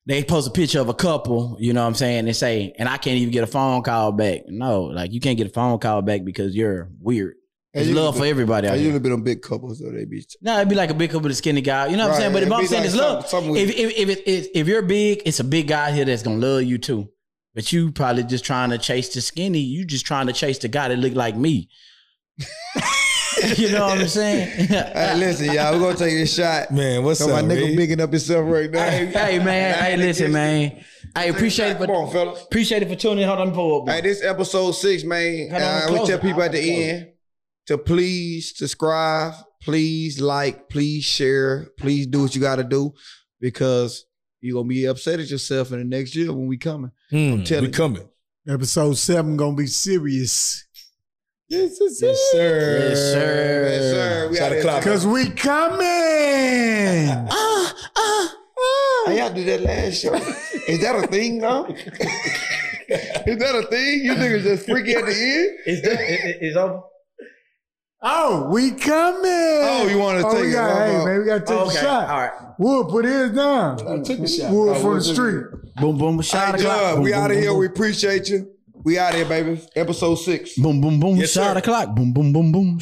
S3: they post a picture of a couple. You know what I'm saying? And say, and I can't even get a phone call back. No, like you can't get a phone call back because you're weird. It's
S1: And you-
S3: love for everybody.
S1: I
S3: Out
S1: usually
S3: here.
S1: been on big couples though. They be.
S3: No, it'd be like a big couple of skinny guy. You know what I'm saying? But if I'm saying it's love, if if if, it, if if you're big, it's a big guy here that's gonna love you too. But you probably just trying to chase the skinny. You just trying to chase the guy that look like me. you know what I'm saying?
S1: hey, listen, y'all, we're gonna take this shot.
S2: Man, what's
S1: So my
S2: up,
S1: nigga
S2: man?
S1: bigging up himself right now.
S3: hey man, hey listen man. I appreciate it
S1: Come
S3: for
S1: on, fellas.
S3: appreciate it for tuning in. Hold on, pull up.
S1: Hey,
S3: man.
S1: this episode six, man.
S3: Hold on,
S1: Uh, we
S3: close
S1: tell
S3: it.
S1: people at the
S3: Close it.
S1: end to please subscribe, please like, please share, please do what you got to do because you're gonna be upset at yourself in the next year when we coming.
S2: Mm,
S1: telling
S2: we
S1: you.
S2: coming.
S4: Episode seven gonna be serious
S2: Yes, sir.
S3: Yes, sir.
S1: Yes, sir. We
S2: Shot
S1: out
S2: o'clock.
S1: here.
S4: because we coming.
S3: Ah, ah.
S1: Hey, y'all did that last show. Is that a thing now? Is that a thing? You niggas just freaky at the end?
S3: It's done. It- it- it's over.
S4: Oh, we coming.
S1: Oh, you want to
S4: Oh,
S1: take
S4: we
S1: it?
S4: got,
S1: Oh,
S4: hey,
S1: oh.
S4: man, we got to take
S3: okay.
S4: a
S3: All
S4: shot.
S3: right.
S4: Wood, put his down.
S2: took a shot.
S4: Wood
S1: I
S4: from the
S1: would, too.
S4: street.
S3: Boom, boom, shot
S1: Hey,
S3: o'clock.
S1: John,
S3: Boom,
S1: we
S3: boom,
S1: out of
S3: boom,
S1: here.
S3: boom.
S1: We appreciate you. We out of here, baby. Episode six.
S3: Boom, boom, boom,
S2: Yes,
S3: shot
S2: sir.
S3: o'clock. Boom, boom, boom, boom.